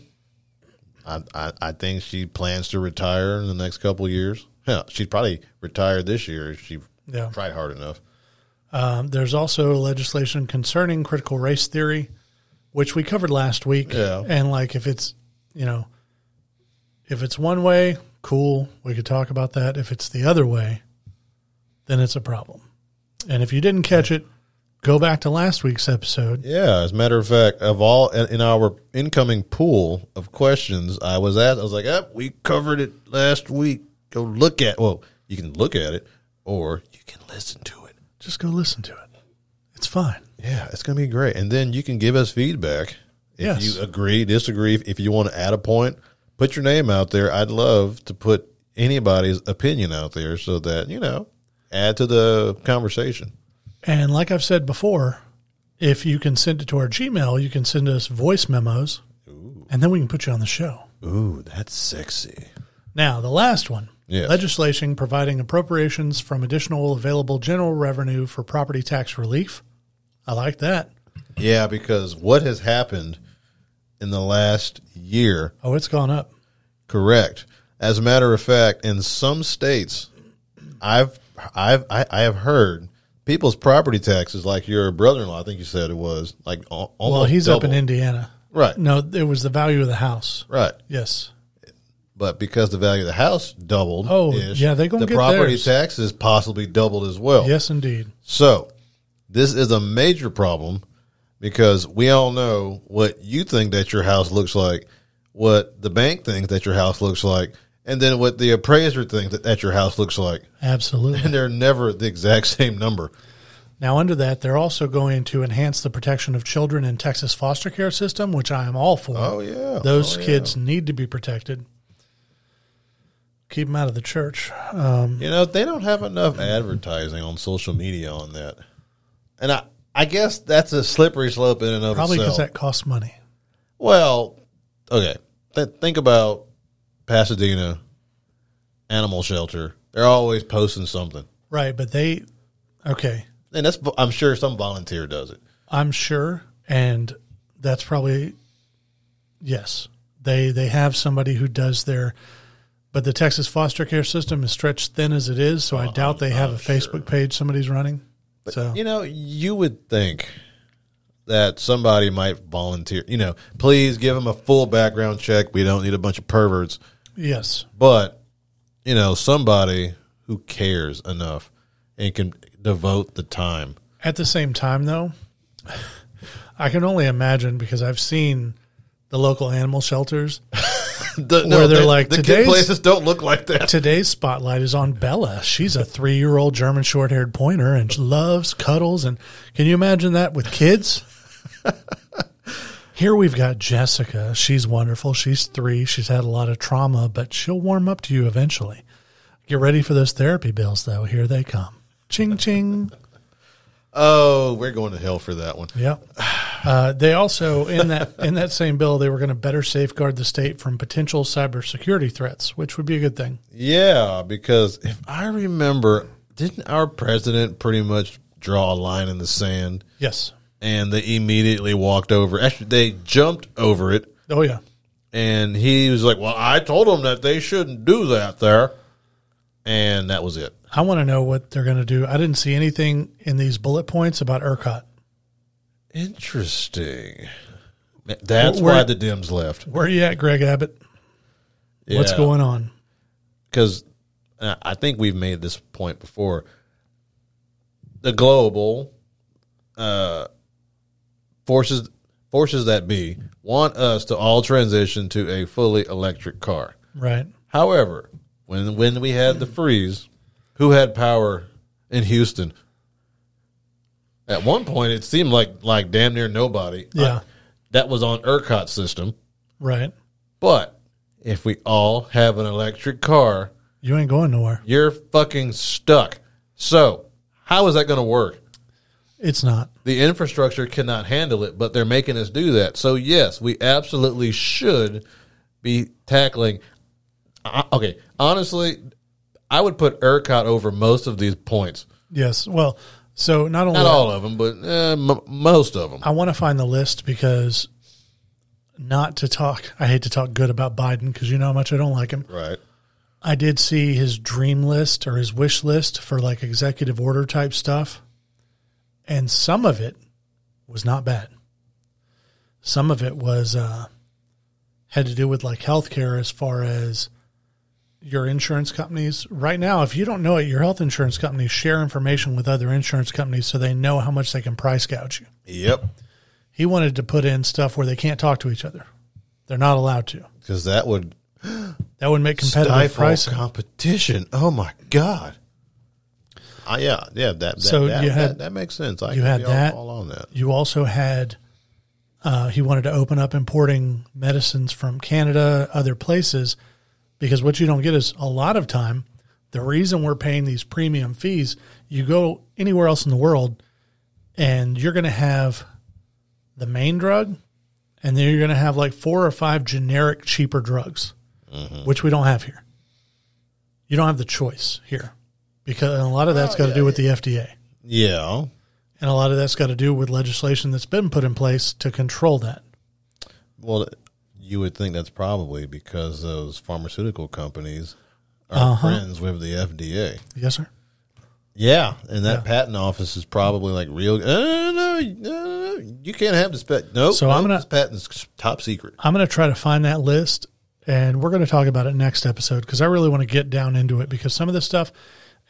Speaker 2: I, I I think she plans to retire in the next couple of years. Yeah, she's probably retired this year. if She
Speaker 1: Yeah.
Speaker 2: tried hard enough.
Speaker 1: Um, there's also legislation concerning critical race theory, which we covered last week.
Speaker 2: Yeah.
Speaker 1: And like, if it's you know, if it's one way, cool, we could talk about that. If it's the other way, then it's a problem. And if you didn't catch it, go back to last week's episode.
Speaker 2: Yeah, as a matter of fact, of all in, in our incoming pool of questions, I was at, I was like, "Yep, we covered it last week. Go look at. Well, you can look at it, or you can listen to it.
Speaker 1: Just go listen to it. It's fine.
Speaker 2: Yeah, it's gonna be great. And then you can give us feedback if
Speaker 1: Yes.
Speaker 2: you agree, disagree. If you want to add a point, put your name out there. I'd love to put anybody's opinion out there so that you know add to the conversation.
Speaker 1: And like I've said before, if you can send it to our Gmail, you can send us voice memos, and then we can put you on the show.
Speaker 2: Ooh, that's sexy.
Speaker 1: Now, the last one.
Speaker 2: Yes.
Speaker 1: Legislation providing appropriations from additional available general revenue for property tax relief. I like that.
Speaker 2: Yeah, because what has happened in the last year?
Speaker 1: Oh, it's gone up.
Speaker 2: Correct. As a matter of fact, in some states, I've I've I, I have heard people's property taxes, like your brother-in-law, I think you said it was like al- almost
Speaker 1: Well, he's up in
Speaker 2: double.
Speaker 1: Indiana.
Speaker 2: right,
Speaker 1: No, it was the value of the house.
Speaker 2: right.
Speaker 1: Yes.
Speaker 2: But because the value of the house doubled,
Speaker 1: Oh, yeah, they gonna
Speaker 2: the
Speaker 1: get
Speaker 2: property
Speaker 1: theirs.
Speaker 2: taxes possibly doubled as well.
Speaker 1: Yes, indeed.
Speaker 2: So, this is a major problem because we all know what you think that your house looks like, what the bank thinks that your house looks like, and then what the appraiser thinks that, that your house looks like.
Speaker 1: Absolutely.
Speaker 2: And they're never the exact same number.
Speaker 1: now, under that, they're also going to enhance the protection of children in Texas foster care system, which I am all for.
Speaker 2: Oh, yeah.
Speaker 1: Those
Speaker 2: Oh, yeah.
Speaker 1: kids need to be protected. Keep them out of the church. Um,
Speaker 2: You know, they don't have enough advertising on social media on that. And I, I guess that's a slippery slope in and of
Speaker 1: Probably because
Speaker 2: itself.
Speaker 1: that costs money.
Speaker 2: Well, okay. Th- think about Pasadena Animal Shelter. They're always posting something,
Speaker 1: Right, but they, okay.
Speaker 2: and that's I'm sure some volunteer does it.
Speaker 1: I'm sure, and that's probably yes. They they have somebody who does their, but the Texas foster care system is stretched thin as it is, so I doubt they have a Facebook page somebody's running. so
Speaker 2: You know, you would think that somebody might volunteer. You know, please give them a full background check. We don't need a bunch of perverts,
Speaker 1: yes,
Speaker 2: but you know, somebody who cares enough and can devote the time.
Speaker 1: At the same time, though, I can only imagine because I've seen the local animal shelters.
Speaker 2: The,
Speaker 1: Where they're
Speaker 2: the-
Speaker 1: like,
Speaker 2: the good
Speaker 1: "Today's-
Speaker 2: places don't look like that.
Speaker 1: Today's spotlight is on Bella. She's a three year old German short haired pointer and she loves cuddles. And can you imagine that with kids? Here we've got Jessica. She's wonderful. She's three. She's had a lot of trauma, but she'll warm up to you eventually. Get ready for those therapy bills, though. Here they come. Ching, ching.
Speaker 2: Oh, we're going to hell for that one.
Speaker 1: Yeah. Uh, they also in that in that same bill they were going to better safeguard the state from potential cybersecurity threats, which would be a good thing.
Speaker 2: Yeah, because if I remember, didn't our president pretty much draw a line in the sand
Speaker 1: Yes.
Speaker 2: and they immediately walked over? Actually, they jumped over it
Speaker 1: Oh yeah.
Speaker 2: and he was like, Well, I told them that they shouldn't do that there. And that was it.
Speaker 1: I want to know what they're going to do. I didn't see anything in these bullet points about ERCOT.
Speaker 2: Interesting. That's
Speaker 1: We're-
Speaker 2: why the Dems left.
Speaker 1: Where are you at, Greg Abbott? What's going on?
Speaker 2: Because and uh, I I think we've made this point before. The global uh, forces forces that be want us to all transition to a fully electric car.
Speaker 1: Right.
Speaker 2: However, when when we had the freeze, who had power in Houston? At one point, it seemed like like damn near nobody.
Speaker 1: Yeah.
Speaker 2: I- that was on ERCOT system.
Speaker 1: Right.
Speaker 2: But if we all have an electric car,
Speaker 1: You ain't going nowhere.
Speaker 2: you're fucking stuck. So how is that going to work?
Speaker 1: It's not.
Speaker 2: The infrastructure cannot handle it, but they're making us do that. So yes, we absolutely should be tackling. Uh, okay, honestly, I would put ERCOT over most of these points.
Speaker 1: Yes. Well, so not only
Speaker 2: Not all of them, but uh, m- most of them.
Speaker 1: I want to find the list because not to talk, I hate to talk good about Biden because you know how much I don't like him.
Speaker 2: Right.
Speaker 1: I did see his dream list or his wish list for like executive order type stuff. And some of it was not bad. Some of it was, uh, had to do with like healthcare as far as your insurance companies. Right now, if you don't know it, your health insurance companies share information with other insurance companies so they know how much they can price gouge you.
Speaker 2: Yep.
Speaker 1: He wanted to put in stuff where they can't talk to each other. They're not allowed to.
Speaker 2: Because that would
Speaker 1: That would make competitive
Speaker 2: stifle
Speaker 1: pricing.
Speaker 2: competition. Oh my god. Uh, yeah, yeah. That, that
Speaker 1: So
Speaker 2: that,
Speaker 1: you had-
Speaker 2: that, that makes sense. I
Speaker 1: you
Speaker 2: can
Speaker 1: had
Speaker 2: be
Speaker 1: that.
Speaker 2: all, all on that.
Speaker 1: You also had uh, he wanted to open up importing medicines from Canada, other places, because what you don't get is a lot of time. The reason we're paying these premium fees, you go anywhere else in the world, and you're going to have the main drug, and then you're going to have like four or five generic cheaper drugs, which we don't have here. You don't have the choice here, because and a lot of that's got to do with the FDA.
Speaker 2: Yeah.
Speaker 1: And a lot of that's got to do with legislation that's been put in place to control that.
Speaker 2: Well, you would think that's probably because those pharmaceutical companies are
Speaker 1: Uh-huh.
Speaker 2: friends with the FDA.
Speaker 1: Yes, sir.
Speaker 2: Yeah, and that patent office is probably like real. No, no, no, no, no, you can't have this patent. Nope,
Speaker 1: So I'm
Speaker 2: nope,
Speaker 1: gonna-
Speaker 2: this patent's top secret.
Speaker 1: I'm going to try to find that list and we're going to talk about it next episode because I really want to get down into it because some of this stuff,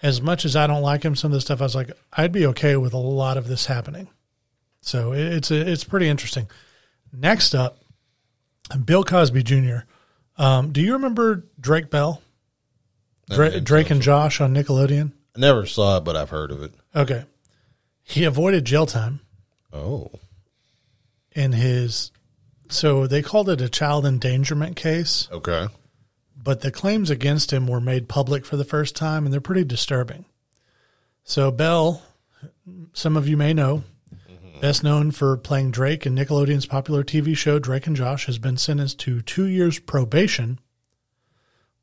Speaker 1: as much as I don't like him, some of this stuff I was like, I'd be okay with a lot of this happening. So it- it's it's pretty interesting. Next up, Bill Cosby Jr. Um, do you remember Drake Bell? Dra-
Speaker 2: think
Speaker 1: Drake and Josh on Nickelodeon?
Speaker 2: I never saw it, but I've heard of it.
Speaker 1: Okay. He avoided jail time.
Speaker 2: Oh,
Speaker 1: in his so they called it a child endangerment case,
Speaker 2: okay.
Speaker 1: but the claims against him were made public for the first time and they're pretty disturbing. So Bell, some of you may know, best known for playing Drake in Nickelodeon's popular TV show Drake and Josh, has been sentenced to 2 years probation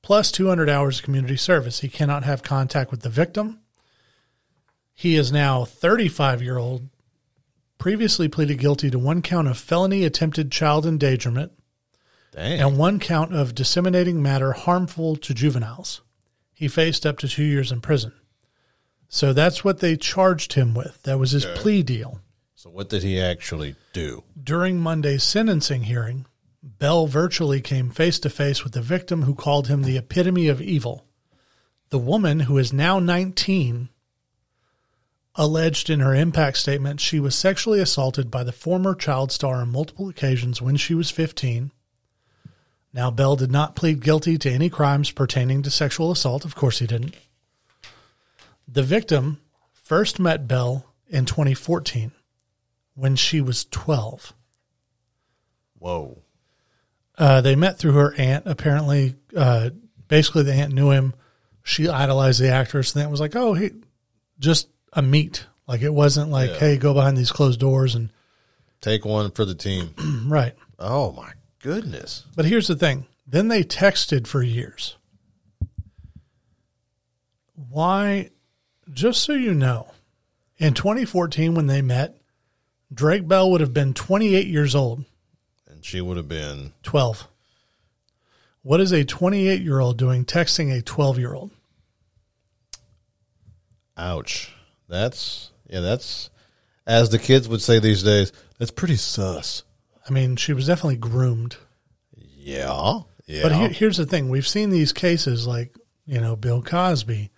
Speaker 1: plus 200 hours of community service. He cannot have contact with the victim. He is now 35-year-old previously pleaded guilty to one count of felony attempted child endangerment
Speaker 2: Dang.
Speaker 1: and one count of disseminating matter harmful to juveniles. He faced up to two years in prison. So that's what they charged him with. That was his plea deal.
Speaker 2: so, what did he actually do?
Speaker 1: During Monday's sentencing hearing, Bell virtually came face to face with the victim who called him the epitome of evil. The woman, who is now 19, alleged in her impact statement she was sexually assaulted by the former child star on multiple occasions when she was 15. Now, Bell did not plead guilty to any crimes pertaining to sexual assault. Of course, he didn't. The victim first met Bell in 2014 when she was 12.
Speaker 2: Whoa.
Speaker 1: Uh, they met through her aunt. Apparently, uh, basically, the aunt knew him. She idolized the actress, and it was like, oh, he just a meet. Like it wasn't like, hey, go behind these closed doors and
Speaker 2: Take one for the team.
Speaker 1: right.
Speaker 2: oh my goodness.
Speaker 1: But here's the thing. Then they texted for years. Why? Just so you know, in 2014 when they met, Drake Bell would have been 28 years old.
Speaker 2: And she would have been
Speaker 1: 12. What is a 28 year old doing texting a 12 year old?
Speaker 2: Ouch. That's yeah, that's as the kids would say these days, that's pretty sus.
Speaker 1: I mean, she was definitely groomed.
Speaker 2: Yeah. Yeah.
Speaker 1: But he- here's the thing we've seen these cases like you know, Bill Cosby,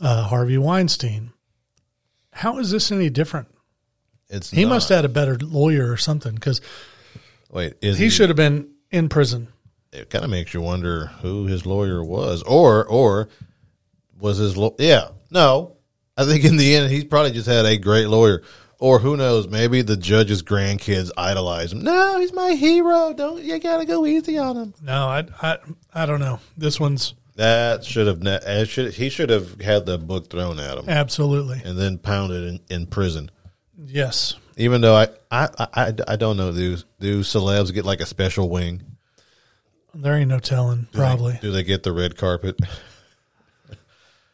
Speaker 1: uh, Harvey Weinstein. How is this any different?
Speaker 2: It's
Speaker 1: He
Speaker 2: not.
Speaker 1: must have had a better lawyer or something because
Speaker 2: wait. Is
Speaker 1: he should have been in prison.
Speaker 2: It kind of makes you wonder who his lawyer was, or or was his law? Yeah, no. I think in the end, he's probably just had a great lawyer, or who knows? Maybe the judge's grandkids idolize him. No, he's my hero. Don't you gotta go easy on him?
Speaker 1: No, I, I, I don't know. This one's
Speaker 2: That should have. ne- that Should he should have had the book thrown at him
Speaker 1: absolutely
Speaker 2: and then pounded in, in prison.
Speaker 1: yes.
Speaker 2: Even though I I, I, I, I don't know, do do celebs get like a special wing?
Speaker 1: There ain't no telling,
Speaker 2: Do they-
Speaker 1: probably.
Speaker 2: do they get the red carpet?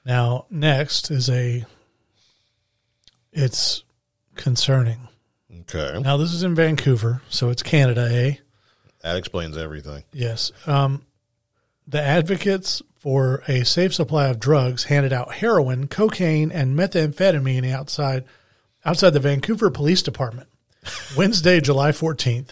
Speaker 1: Now, next is a. It's concerning.
Speaker 2: Okay,
Speaker 1: Now, this is in Vancouver, so it's Canada, eh?
Speaker 2: that explains everything.
Speaker 1: Yes. Um, the advocates for a safe supply of drugs handed out heroin, cocaine, and methamphetamine outside outside the Vancouver Police Department Wednesday, July 14th.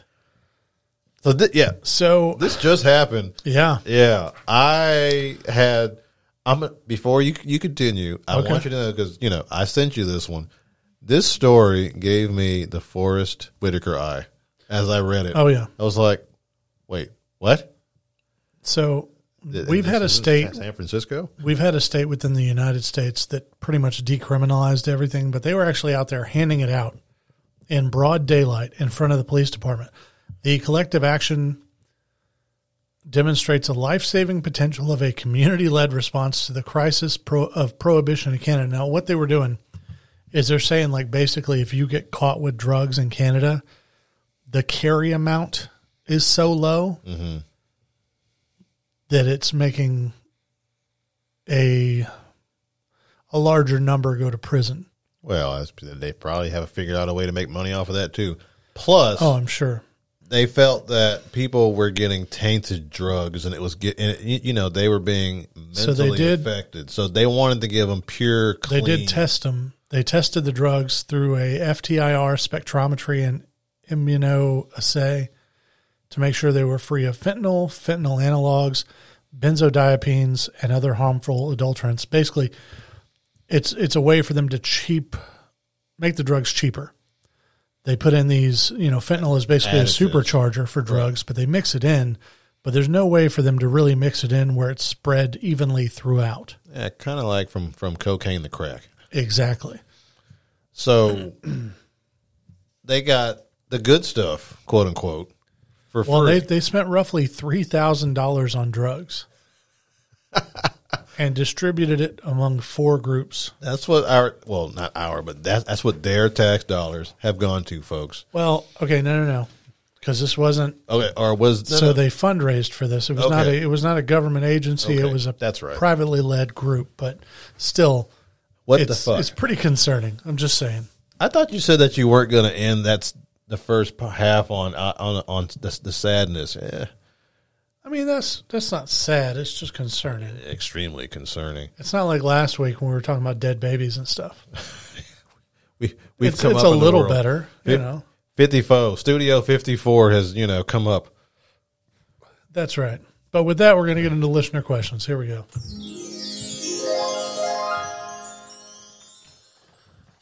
Speaker 2: So thi- yeah,
Speaker 1: So,
Speaker 2: this just happened.
Speaker 1: yeah.
Speaker 2: Yeah, I had. I'm before you you continue. I
Speaker 1: Okay.
Speaker 2: want you to know because you know I sent you this one. This story gave me the Forrest Whitaker eye as I read it.
Speaker 1: Oh, yeah.
Speaker 2: I was like, wait, what?
Speaker 1: So,
Speaker 2: Th-
Speaker 1: we've
Speaker 2: this
Speaker 1: had a
Speaker 2: is
Speaker 1: state
Speaker 2: San Francisco.
Speaker 1: We've had a state within the United States that pretty much decriminalized everything, but they were actually out there handing it out in broad daylight in front of the police department. The collective action demonstrates a life saving potential of a community led response to the crisis pro- of prohibition in Canada. Now, what they were doing is they're saying, like, basically, if you get caught with drugs in Canada, the carry amount is so low that it's making a a larger number go to prison.
Speaker 2: Well, that's- they probably have figured out a way to make money off of that too. Plus,
Speaker 1: Oh, I'm sure.
Speaker 2: they felt that people were getting tainted drugs, and it was get, and it, you know they were being mentally
Speaker 1: they did-
Speaker 2: affected. So they wanted to give them pure.
Speaker 1: They
Speaker 2: Clean,
Speaker 1: did test them. They tested the drugs through a FTIR spectrometry and immunoassay to make sure they were free of fentanyl, fentanyl analogs, benzodiazepines, and other harmful adulterants. Basically, it's it's a way for them to cheap make the drugs cheaper. They put in these, you know, fentanyl is basically
Speaker 2: Additives.
Speaker 1: a supercharger for drugs, but they mix it in. But there's no way for them to really mix it in where it's spread evenly throughout.
Speaker 2: Yeah, kind of like from from cocaine to crack.
Speaker 1: Exactly.
Speaker 2: So they got the good stuff, quote unquote, for
Speaker 1: Well,
Speaker 2: free.
Speaker 1: they, they spent roughly three thousand dollars on drugs, and distributed it among four groups.
Speaker 2: that's what our well, not our, but that's that's what their tax dollars have gone to, folks.
Speaker 1: Well, okay, no, no, no, because this wasn't.
Speaker 2: Okay, or was no,
Speaker 1: so
Speaker 2: no,
Speaker 1: they fundraised for this. It was not a
Speaker 2: Okay.
Speaker 1: it was not a government agency.
Speaker 2: Okay,
Speaker 1: It was a
Speaker 2: that's right.
Speaker 1: privately led group, but still,
Speaker 2: what the
Speaker 1: it's
Speaker 2: fuck?
Speaker 1: it's pretty concerning. I'm just saying.
Speaker 2: I thought you said that you weren't going to end. That's the first p- half on uh, on on the, the sadness. Eh,
Speaker 1: I mean, that's that's not sad. It's just concerning.
Speaker 2: extremely concerning.
Speaker 1: It's not like last week when we were talking about dead babies and stuff.
Speaker 2: We we've
Speaker 1: It's,
Speaker 2: come
Speaker 1: it's
Speaker 2: up
Speaker 1: a
Speaker 2: in the
Speaker 1: little
Speaker 2: world.
Speaker 1: better, you
Speaker 2: Yep.
Speaker 1: know.
Speaker 2: Fifty four Studio Fifty Four has you know come up.
Speaker 1: That's right. But with that, we're going to get into listener questions. Here we go.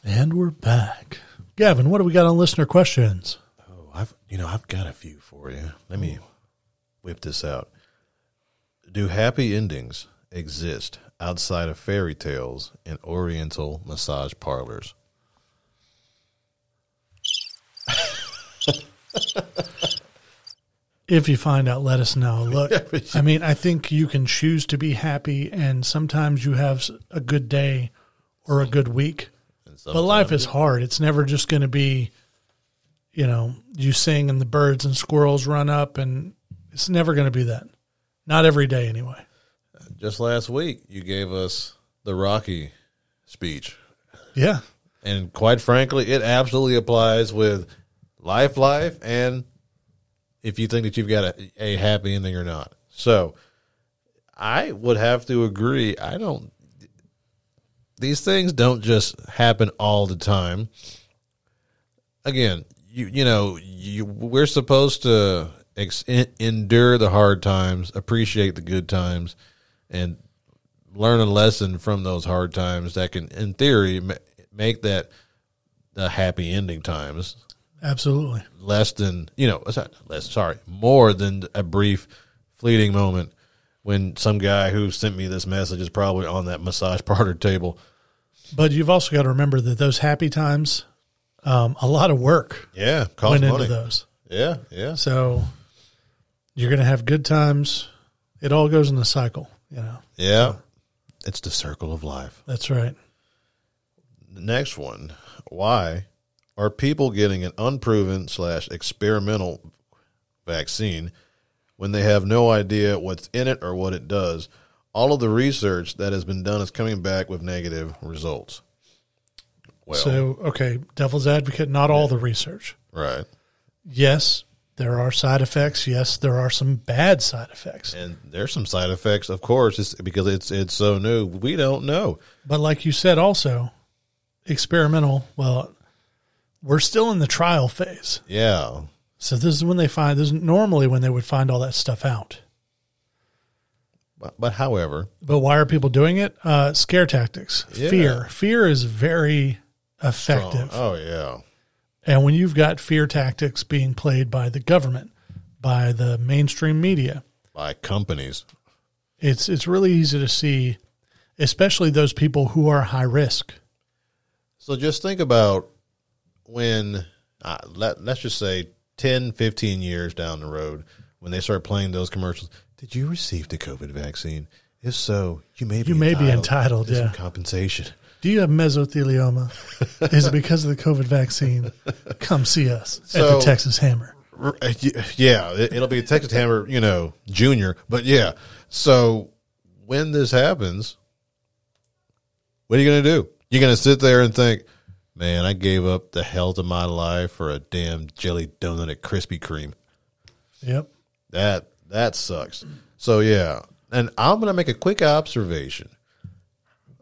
Speaker 1: And we're back. Gavin, what do we got on listener questions?
Speaker 2: Oh, I've you know I've got a few for you. Let me whip this out. Do happy endings exist outside of fairy tales and Oriental massage parlors?
Speaker 1: If you find out, let us know. Look, I mean, I think you can choose to be happy, and sometimes you have s- a good day or a good week.
Speaker 2: And
Speaker 1: But life is hard. It's never just going to be, you know, you sing and the birds and squirrels run up, and it's never going to be that. Not every day, anyway.
Speaker 2: some- just last week you gave us the Rocky speech,
Speaker 1: Yeah.
Speaker 2: and quite frankly, it absolutely applies with life, life, and if you think that you've got a, a happy ending or not. So, I would have to agree. I don't. These things don't just happen all the time. Again, you you know you we're supposed to ex- en- endure the hard times, appreciate the good times, and learn a lesson from those hard times that can, in theory, ma- make that the happy ending times
Speaker 1: Absolutely.
Speaker 2: less than you know sorry- less sorry more than a brief fleeting moment when some guy who sent me this message is probably on that massage parlor table
Speaker 1: But you've also got to remember that those happy times, um, a lot of work
Speaker 2: yeah cost
Speaker 1: went
Speaker 2: money
Speaker 1: into those.
Speaker 2: yeah yeah
Speaker 1: So you're going to have good times. It all goes in a cycle, you know.
Speaker 2: yeah it's the circle of life
Speaker 1: That's right.
Speaker 2: the next one why are people getting an unproven slash experimental vaccine when they have no idea what's in it or what it does all of the research that has been done is coming back with negative results well
Speaker 1: so, okay, devil's advocate, not all the research.
Speaker 2: right
Speaker 1: Yes, there are side effects. Yes, there are some bad side effects.
Speaker 2: and there's some side effects, of course, it's because it's it's so new. We don't know.
Speaker 1: But like you said, also experimental. Well, we're still in the trial phase,
Speaker 2: Yeah,
Speaker 1: so this is when they find. This is normally when they would find all that stuff out.
Speaker 2: but, but however,
Speaker 1: But why are people doing it? Uh, scare tactics,
Speaker 2: Yeah.
Speaker 1: fear. Fear is very effective,
Speaker 2: oh yeah,
Speaker 1: and when you've got fear tactics being played by the government, by the mainstream media,
Speaker 2: by companies,
Speaker 1: it's it's really easy to see, especially those people who are high risk.
Speaker 2: So just think about when, uh, let, let's just say 10, 15 years down the road, when they start playing those commercials. Did you receive the COVID vaccine? If so, you may be
Speaker 1: You may be entitled,
Speaker 2: to some
Speaker 1: yeah.
Speaker 2: compensation.
Speaker 1: Do you have mesothelioma? Is it because of the COVID vaccine? Come see us at
Speaker 2: So-
Speaker 1: the Texas Hammer.
Speaker 2: R- uh, y- Yeah, it- it'll be a Texas Hammer, you know, junior. But yeah, so when this happens, what are you going to do? You're going to sit there and think, man, I gave up the health of my life for a damn jelly donut at Krispy Kreme.
Speaker 1: Yep.
Speaker 2: That that sucks. So yeah, and I'm gonna make a quick observation.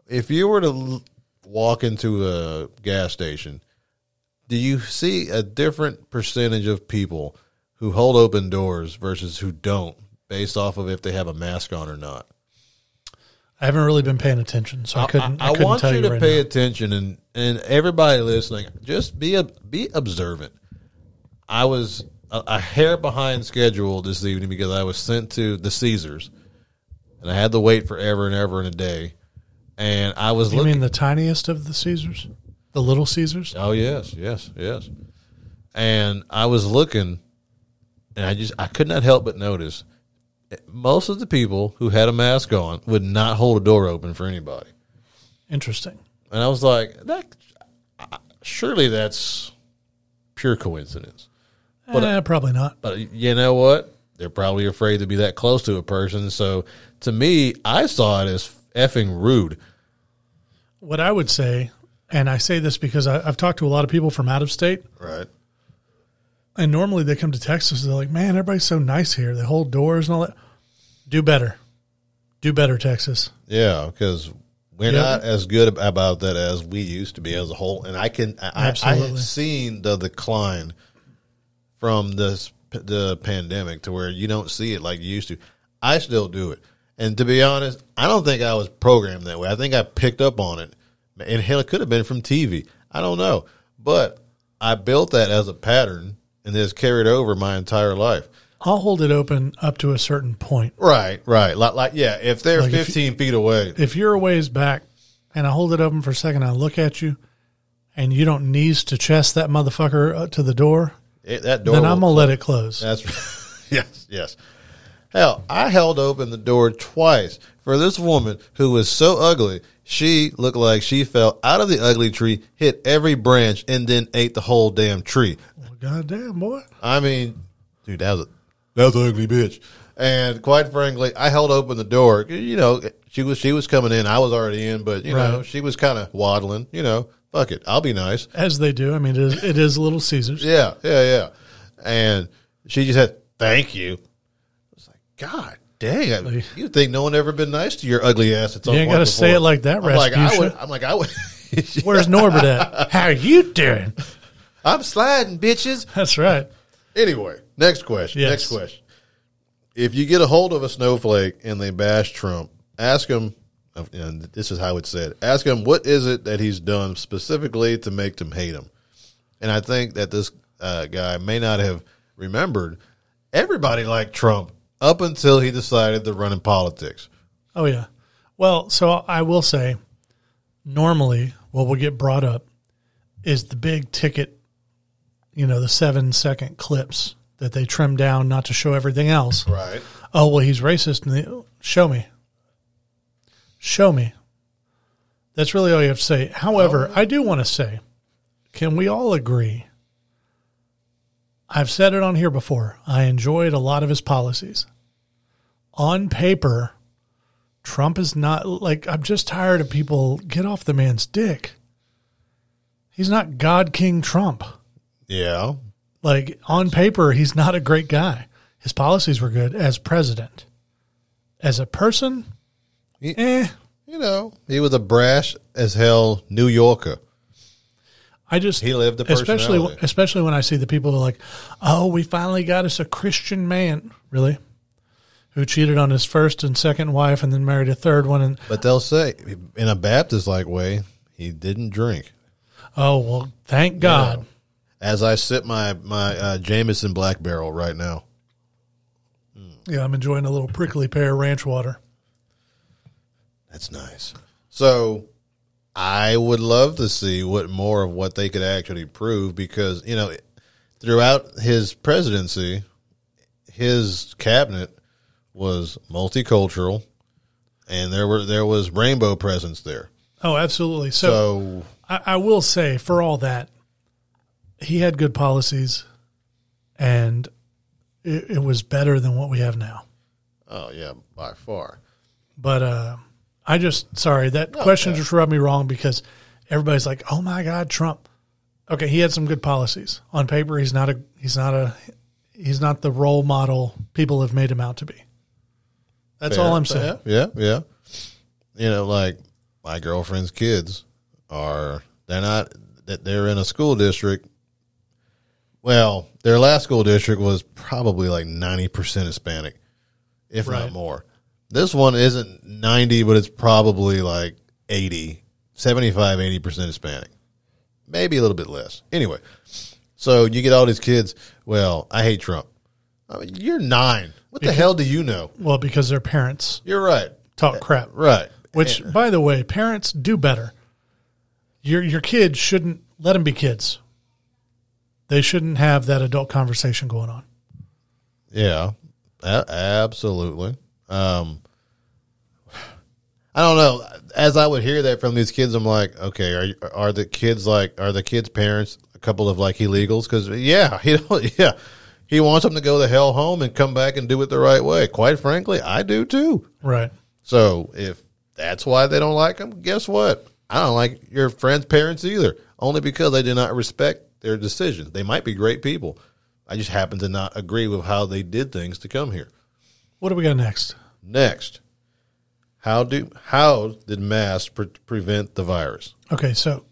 Speaker 2: If you were to l- walk into a gas station, do you see a different percentage of people who hold open doors versus who don't, based off of if they have a mask on or not?
Speaker 1: I haven't really been paying attention, so I, couldn't. I,
Speaker 2: I
Speaker 1: couldn't
Speaker 2: want
Speaker 1: tell
Speaker 2: you
Speaker 1: you,
Speaker 2: to
Speaker 1: right
Speaker 2: pay
Speaker 1: now.
Speaker 2: attention and and everybody listening, just be ob- be observant. I was a, a hair behind schedule this evening because I was sent to the Caesars, and I had to wait forever and ever and a day. And I was
Speaker 1: You
Speaker 2: looking.
Speaker 1: mean the tiniest of the Caesars, the Little Caesars?
Speaker 2: oh yes, yes, yes. And I was looking, and I just I could not help but notice that most of the people who had a mask on would not hold a door open for anybody.
Speaker 1: Interesting.
Speaker 2: And I was like, that surely that's pure coincidence.
Speaker 1: But Eh, probably not.
Speaker 2: But you know what? They're probably afraid to be that close to a person. So to me, I saw it as effing rude.
Speaker 1: What I would say, and I say this because I, I've talked to a lot of people from out of state,
Speaker 2: Right.
Speaker 1: and normally they come to Texas. They're like, "Man, everybody's so nice here. They hold doors and all that." Do better. Do better, Texas.
Speaker 2: Yeah, because we're
Speaker 1: Yeah.
Speaker 2: not as good ab- about that as we used to be as a whole. And I can I, I, I
Speaker 1: Absolutely.
Speaker 2: have seen the decline from this p- the pandemic to where you don't see it like you used to. I still do it, and to be honest, I don't think I was programmed that way. I think I picked up on it, and hell, it could have been from TV. I don't know, but I built that as a pattern, and it's carried over my entire life.
Speaker 1: I'll hold it open up to a certain point.
Speaker 2: Right, right. Like, like yeah, if they're
Speaker 1: Like if you-
Speaker 2: fifteen feet away,
Speaker 1: if you're a ways back and I hold it open for a second, I look at you, and you don't knees to chest that motherfucker uh, to the door,
Speaker 2: it, that door.
Speaker 1: then
Speaker 2: will
Speaker 1: I'm gonna let it close.
Speaker 2: That's yes, yes. Hell, I held open the door twice for this woman who was so ugly. She looked like she fell out of the ugly tree, hit every branch, and then ate the whole damn tree.
Speaker 1: Well, goddamn boy,
Speaker 2: I mean, dude, that was a, that was an ugly bitch. And quite frankly, I held open the door. You know, she was she was coming in. I was already in, but you know,
Speaker 1: Right.
Speaker 2: she was kind of waddling. You know, fuck it, I'll be nice.
Speaker 1: as they do. I mean, it is, it is Little Caesars.
Speaker 2: Yeah, yeah, yeah. And she just had thank you. It's like God dang, I, you think no one ever been nice to your ugly ass? At some
Speaker 1: You ain't
Speaker 2: point
Speaker 1: gotta
Speaker 2: before.
Speaker 1: say it like that,
Speaker 2: I'm like I
Speaker 1: Rasputia.
Speaker 2: would. I'm like I would.
Speaker 1: Where's Norbert at? How you doing?
Speaker 2: I'm sliding, bitches.
Speaker 1: That's right.
Speaker 2: Anyway, next question.
Speaker 1: Yes.
Speaker 2: Next question. If you get a hold of a snowflake and they bash Trump, ask him of- and this is how it said. Ask him what is it that he's done specifically to make them hate him. And I think that this uh, guy may not have remembered everybody liked Trump up until he decided to run in politics.
Speaker 1: Oh yeah. Well, so I will say, normally what will get brought up is the big ticket, you know, the seven second clips that they trim down not to show everything else.
Speaker 2: Right.
Speaker 1: Oh well, he's racist. And they, show me. Show me. That's really all you have to say. However, I do want to say, can we all agree? I've said it on here before. I enjoyed a lot of his policies. On paper, Trump is not like I'm just tired of people get off the man's dick. He's not God King Trump.
Speaker 2: Yeah.
Speaker 1: Like on paper, he's not a great guy. His policies were good as president. As a person,
Speaker 2: He-
Speaker 1: eh.
Speaker 2: You know, he was a brash as hell New Yorker.
Speaker 1: I just
Speaker 2: He lived the
Speaker 1: especially
Speaker 2: personality.
Speaker 1: especially when I see the people who are like, oh, we finally got us a Christian man, really, who cheated on his first and second wife and then married a third one, and
Speaker 2: But they'll say, in a Baptist like way, he didn't drink.
Speaker 1: oh well, thank God.
Speaker 2: As I sip my my uh, Jameson Black Barrel right now.
Speaker 1: Yeah, I'm enjoying a little prickly pear ranch water.
Speaker 2: That's nice. So I would love to see what more of what they could actually prove because, you know, throughout his presidency, his cabinet was multicultural and there were there was rainbow presence there.
Speaker 1: Oh, absolutely. So,
Speaker 2: So
Speaker 1: I, I will say for all that, he had good policies, and it, it was better than what we have now.
Speaker 2: oh yeah, by far.
Speaker 1: But uh, I just sorry that question just rubbed me wrong because everybody's like, "Oh my God, Trump." Okay, he had some good policies on paper. He's not a he's not a he's not the role model people have made him out to be. That's all I'm saying.
Speaker 2: Yeah, yeah. You know, like my girlfriend's kids are they're not that they're in a school district. Well, their last school district was probably like ninety percent Hispanic, if
Speaker 1: Right.
Speaker 2: not more. This one isn't ninety, but it's probably like 80, 75, 80 percent Hispanic, maybe a little bit less. Anyway, so you get all these kids. Well, I hate Trump. I mean, you're nine. What the hell do you know?
Speaker 1: Well, because their parents
Speaker 2: You're right.
Speaker 1: talk crap.
Speaker 2: Right.
Speaker 1: Which, by the way, parents do better. Your your kids shouldn't let them be kids. They shouldn't have that adult conversation going on.
Speaker 2: Yeah. A- absolutely. Um I don't know. As I would hear that from these kids, I'm like, okay, are you, are the kids like are the kids' parents a couple of like illegals? Because yeah, he don't, yeah, he wants them to go the hell home and come back and do it the right way. Quite frankly, I do too.
Speaker 1: Right.
Speaker 2: So if that's why they don't like him, guess what? I don't like your friend's parents either, only because they do not respect their decisions. They might be great people. I just happen to not agree with how they did things to come here.
Speaker 1: What do we got next?
Speaker 2: Next, how do how did masks pre- prevent the virus?
Speaker 1: Okay, so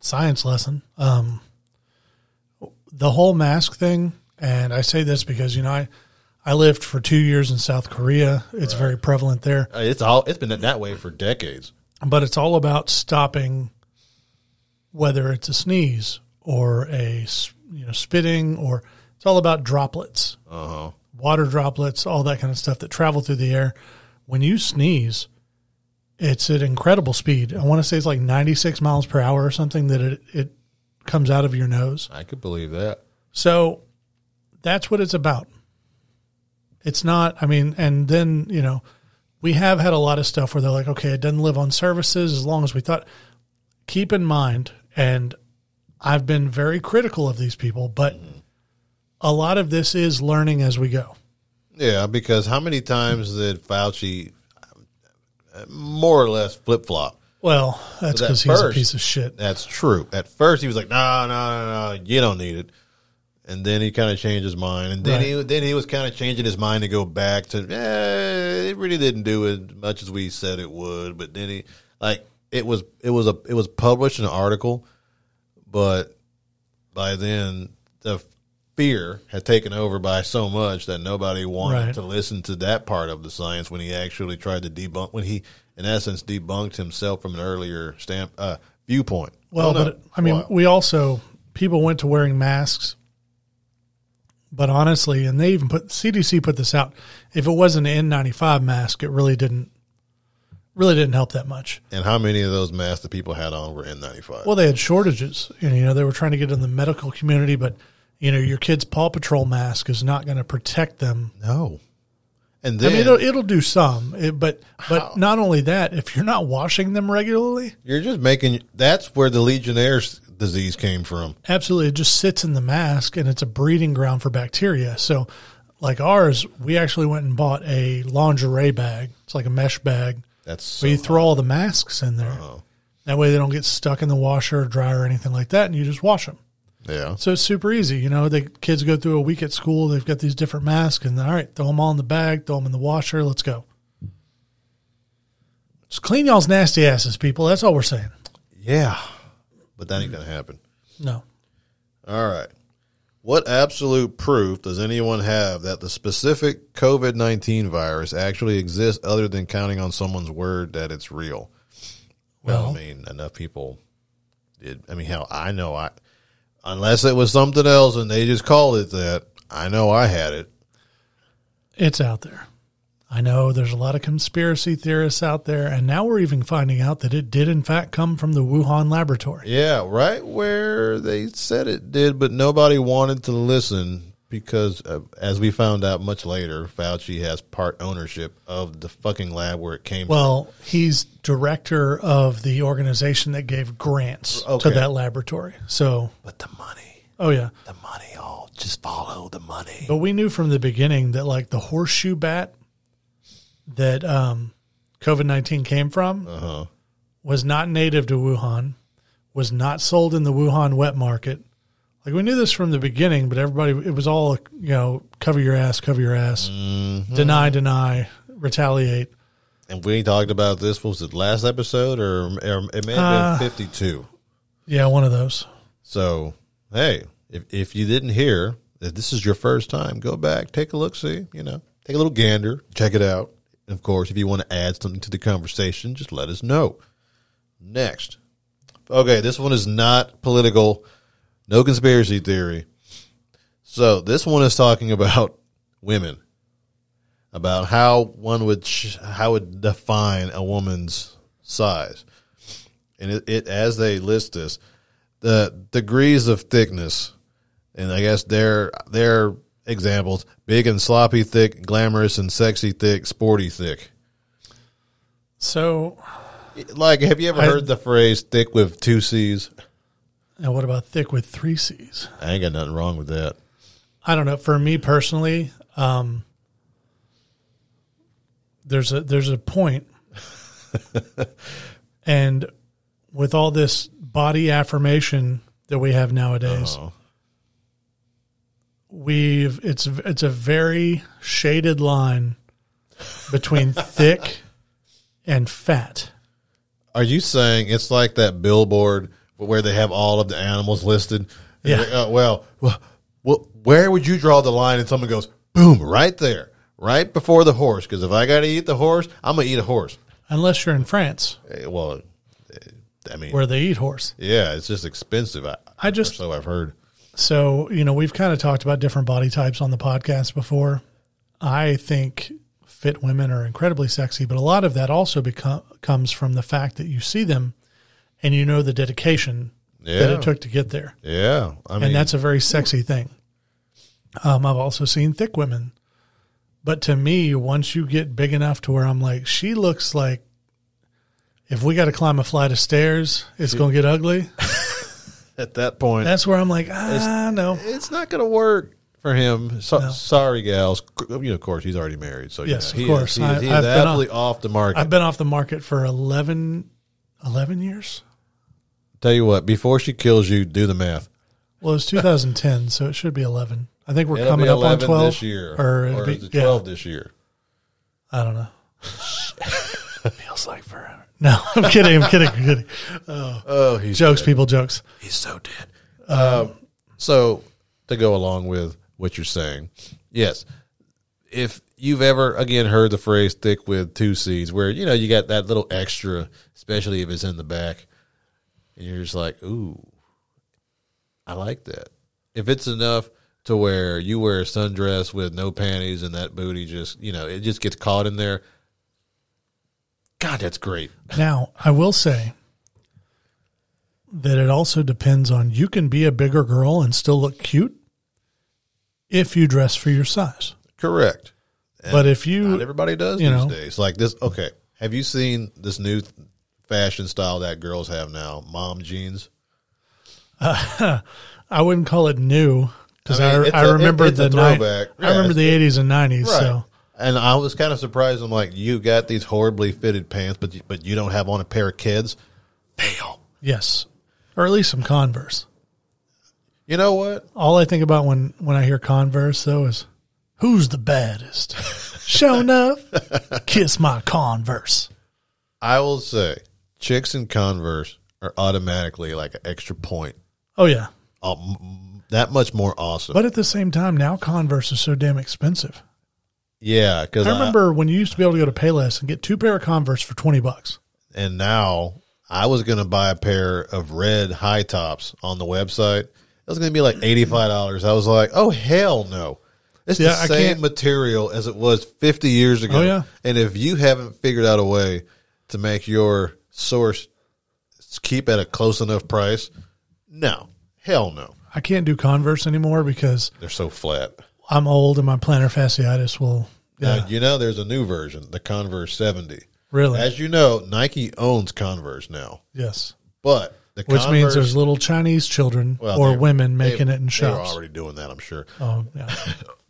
Speaker 1: science lesson. Um, the whole mask thing, and I say this because you know I I lived for two years in South Korea. It's very prevalent there.
Speaker 2: Uh, It's all it's been that way for decades.
Speaker 1: but it's all about stopping whether it's a sneeze or a s- you know spitting or it's all about droplets
Speaker 2: Uh huh.
Speaker 1: water droplets all that kind of stuff that travel through the air when you sneeze it's at incredible speed i want to say it's like 96 miles per hour or something that it, it comes out of your nose
Speaker 2: I could believe that.
Speaker 1: so that's what it's about. It's not, I mean, and then, you know, we have had a lot of stuff where they're like, okay, it doesn't live on services as long as we thought. Keep in mind, and I've been very critical of these people, but a lot of this is learning as we go.
Speaker 2: Yeah, because how many times did Fauci uh, more or less flip flop?
Speaker 1: Well, that's
Speaker 2: But at
Speaker 1: because he's a
Speaker 2: first-
Speaker 1: piece of shit.
Speaker 2: That's true. At first, he was like, "No, no, no, no, you don't need it," and then he kind of changed his mind, and then
Speaker 1: Right.
Speaker 2: he then he was kind of changing his mind to go back to, "Eh, it really didn't do as much as we said it would." But then he like it was it was a it was published in an article, but by then the fear had taken over by so much that nobody wanted
Speaker 1: Right.
Speaker 2: to listen to that part of the science when he actually tried to debunk when he in essence, debunked himself from an earlier stamp uh, viewpoint.
Speaker 1: Well,
Speaker 2: no,
Speaker 1: but I mean,
Speaker 2: wow.
Speaker 1: we also people went to wearing masks. But honestly, and they even put CDC put this out. If it wasn't an N95 mask, it really didn't really didn't help that much.
Speaker 2: and how many of those masks the people had on were N95?
Speaker 1: Well, they had shortages, and you know they were trying to get in the medical community, but you know your kid's Paw Patrol mask is not going to protect them.
Speaker 2: no. And
Speaker 1: I
Speaker 2: then
Speaker 1: mean, it'll, it'll do some, it, but
Speaker 2: How?
Speaker 1: but not only that, if you're not washing them regularly,
Speaker 2: you're just making that's where the Legionnaire's disease came from.
Speaker 1: absolutely, it just sits in the mask, and it's a breeding ground for bacteria. So, like ours, we actually went and bought a lingerie bag. It's like a mesh bag.
Speaker 2: That's
Speaker 1: So you throw all the masks in
Speaker 2: Uh-huh.
Speaker 1: there. That way they don't get stuck in the washer or dryer or anything like that, and you just wash them.
Speaker 2: yeah.
Speaker 1: So it's super easy. You know, the kids go through a week at school. They've got these different masks, and all right, throw them all in the bag, throw them in the washer. Let's go. Just clean y'all's nasty asses, people. That's all we're saying.
Speaker 2: Yeah. But that ain't gonna happen.
Speaker 1: No.
Speaker 2: All right. What absolute proof does anyone have that the specific COVID 19 virus actually exists other than counting on someone's word that it's real? Well,
Speaker 1: Well-
Speaker 2: I mean, enough people did. I mean, hell, I know I, unless it was something else and they just called it that, I know I had it.
Speaker 1: It's out there. I know there's a lot of conspiracy theorists out there, and now we're even finding out that it did, in fact, come from the Wuhan laboratory.
Speaker 2: Yeah, right where they said it did, but nobody wanted to listen because, uh, as we found out much later, Fauci has part ownership of the fucking lab where it came from.
Speaker 1: Well, he's director of the organization that gave grants
Speaker 2: Okay.
Speaker 1: to that laboratory. So,
Speaker 2: But the money,
Speaker 1: oh, yeah.
Speaker 2: the money, all just follow the money.
Speaker 1: But we knew from the beginning that like the horseshoe bat that um, COVID nineteen came from was not native to Wuhan, was not sold in the Wuhan wet market. Like we knew this from the beginning, but everybody it was all you know, cover your ass, cover your ass, deny, deny, retaliate.
Speaker 2: And we talked about this. What was it last episode, or, or it may have been fifty-two?
Speaker 1: Yeah, one of those.
Speaker 2: So hey, if if you didn't hear, if this is your first time, go back, take a look, see, you know, take a little gander, check it out. And of course, if you want to add something to the conversation, just let us know. Next, okay, this one is not political, no conspiracy theory. So this one is talking about women, about how one would ch- how would define a woman's size, and it, it as they list this the degrees of thickness, and I guess their their examples: big and sloppy thick, glamorous and sexy thick, sporty thick.
Speaker 1: So
Speaker 2: Like, have you ever
Speaker 1: I-
Speaker 2: heard the phrase "thick with two C's"?
Speaker 1: and what about thick with three C's?
Speaker 2: I ain't got nothing wrong with that.
Speaker 1: I don't know. For me personally, um, there's a there's a point, and with all this body affirmation that we have nowadays,
Speaker 2: Uh-oh.
Speaker 1: we've it's it's a very shaded line between thick and fat.
Speaker 2: Are you saying it's like that billboard where they have all of the animals listed? And
Speaker 1: Yeah.
Speaker 2: they're like, oh, well, well, well, where would you draw the line? And someone goes, "Boom!" Right there, right before the horse. Because if I got to eat the horse, I'm gonna eat a horse.
Speaker 1: Unless you're in France
Speaker 2: Eh, Well, eh, I mean,
Speaker 1: where they eat horse.
Speaker 2: Yeah, it's just expensive. I,
Speaker 1: I just
Speaker 2: so I've heard.
Speaker 1: So, you know, we've kind of talked about different body types on the podcast before. I think fit women are incredibly sexy, but a lot of that also become, comes from the fact that you see them and you know the dedication that
Speaker 2: Yeah.
Speaker 1: it took to get there.
Speaker 2: Yeah, I mean
Speaker 1: And that's a very sexy thing. Um, I've also seen thick women. But to me, once you get big enough to where I'm like, she looks like if we got to climb a flight of stairs, it's going to get ugly.
Speaker 2: at that point,
Speaker 1: That's where I'm like, ah, no.
Speaker 2: it's not going to work for him. So, Sorry, gals. You know, of course, he's already married. So
Speaker 1: Yes,
Speaker 2: you know,
Speaker 1: of
Speaker 2: he
Speaker 1: course.
Speaker 2: is- he is,
Speaker 1: I-
Speaker 2: he is
Speaker 1: I've been on-
Speaker 2: absolutely off the market.
Speaker 1: I've been off the market for 11, 11 years.
Speaker 2: Tell you what, before she kills you, do the math.
Speaker 1: Well, it's 2010, so it should be 11. I think we're
Speaker 2: It'll
Speaker 1: coming
Speaker 2: be
Speaker 1: up on
Speaker 2: 11
Speaker 1: 12
Speaker 2: this year,
Speaker 1: Or, it'll be,
Speaker 2: is it
Speaker 1: yeah,
Speaker 2: 12 this year?
Speaker 1: I don't know. Feels like forever. No, I'm kidding. I'm kidding. I'm kidding.
Speaker 2: Oh, he's
Speaker 1: Jokes, people, jokes.
Speaker 2: He's so dead. Um, so to go along with what you're saying, yes, if you've ever again heard the phrase "thick with two seeds," where you know you got that little extra, especially if it's in the back, and you're just like, "Ooh, I like that." If it's enough to where you wear a sundress with no panties and that booty just you know it just gets caught in there, God, that's great.
Speaker 1: Now, I will say that it also depends on you can be a bigger girl and still look cute if you dress for your size.
Speaker 2: Correct.
Speaker 1: But if
Speaker 2: Not
Speaker 1: you
Speaker 2: everybody does
Speaker 1: Mm. you
Speaker 2: these
Speaker 1: know.
Speaker 2: days. Like this. Okay, have you seen this new fashion style that girls have now? Mom jeans.
Speaker 1: I wouldn't call it new because
Speaker 2: I
Speaker 1: I,
Speaker 2: mean, it's
Speaker 1: I
Speaker 2: a-
Speaker 1: remember
Speaker 2: it's
Speaker 1: the
Speaker 2: a
Speaker 1: ni-
Speaker 2: throwback.
Speaker 1: I remember
Speaker 2: Yeah,
Speaker 1: the 80s and 90s. So
Speaker 2: And I was kind of surprised. I'm like, you got these horribly fitted pants, but you, but you don't have on a pair of kids. Damn.
Speaker 1: yes, or at least some Converse.
Speaker 2: You know what?
Speaker 1: All I think about when when I hear Converse though is who's the baddest? Show enough, kiss my Converse.
Speaker 2: I will say, chicks in Converse are automatically like an extra point.
Speaker 1: Oh yeah,
Speaker 2: Um, that much more awesome.
Speaker 1: but at the same time, now Converse is so damn expensive.
Speaker 2: yeah, because
Speaker 1: I remember when you used to be able to go to Payless and get two pair of Converse for twenty bucks.
Speaker 2: and now I was gonna buy a pair of red high tops on the website. It was gonna be like eighty five dollars. I was like, oh hell no. It's
Speaker 1: Yeah,
Speaker 2: the
Speaker 1: I
Speaker 2: same
Speaker 1: can't-
Speaker 2: material as it was fifty years ago.
Speaker 1: Oh, yeah.
Speaker 2: And if you haven't figured out a way to make your source keep at a close enough price, no. Hell no.
Speaker 1: I can't do Converse anymore because
Speaker 2: They're so flat.
Speaker 1: I'm old and my plantar fasciitis will. Yeah,
Speaker 2: Now, you know there's a new version, the Converse seventy.
Speaker 1: really.
Speaker 2: As you know, Nike owns Converse now.
Speaker 1: yes,
Speaker 2: But the
Speaker 1: which
Speaker 2: Converse,
Speaker 1: means there's little Chinese children
Speaker 2: Well,
Speaker 1: or
Speaker 2: they-
Speaker 1: women making
Speaker 2: they-
Speaker 1: it in
Speaker 2: They were
Speaker 1: shops.
Speaker 2: already doing that, I'm sure.
Speaker 1: Oh yeah,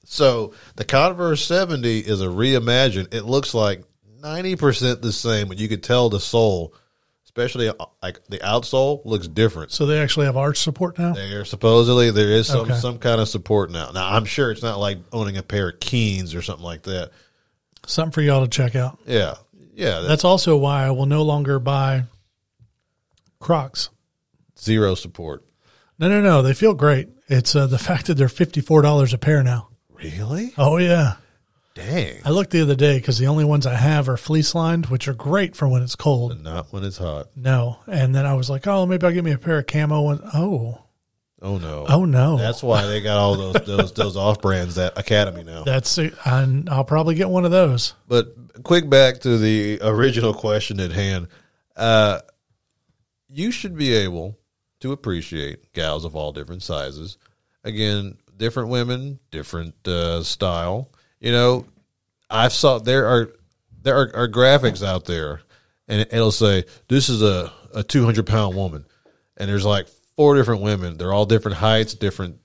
Speaker 2: So the Converse 70 is a reimagined. It looks like 90% the same, but you could tell the sole, especially uh, like the outsole, looks different.
Speaker 1: so they actually have arch support now.
Speaker 2: They are supposedly there is some
Speaker 1: Okay.
Speaker 2: some kind of support now. Now I'm sure it's not like owning a pair of Keens or something like that.
Speaker 1: Something for y'all to check out.
Speaker 2: Yeah, yeah, that's
Speaker 1: That's also why I will no longer buy Crocs.
Speaker 2: zero support.
Speaker 1: No, no, no. They feel great. It's uh, the fact that they're $54 a pair now.
Speaker 2: Really?
Speaker 1: Oh, yeah.
Speaker 2: Dang.
Speaker 1: I looked the other day because the only ones I have are fleece lined, which are great for when it's cold.
Speaker 2: Not when it's hot.
Speaker 1: No. And then I was like, oh, maybe I'll get me a pair of camo ones. Oh,
Speaker 2: Oh no.
Speaker 1: oh, no. That's,
Speaker 2: That's why they got all those those those off brands at Academy now.
Speaker 1: That's it. I'm, I'll probably get one of those.
Speaker 2: But quick back to the original question at hand. Uh, you should be able to appreciate gals of all different sizes. Again, different women, different uh, style. You know, I've saw there are there are, are graphics out there, and it'll say this is a a two hundred pound woman, and there's like four different women. They're all different heights, different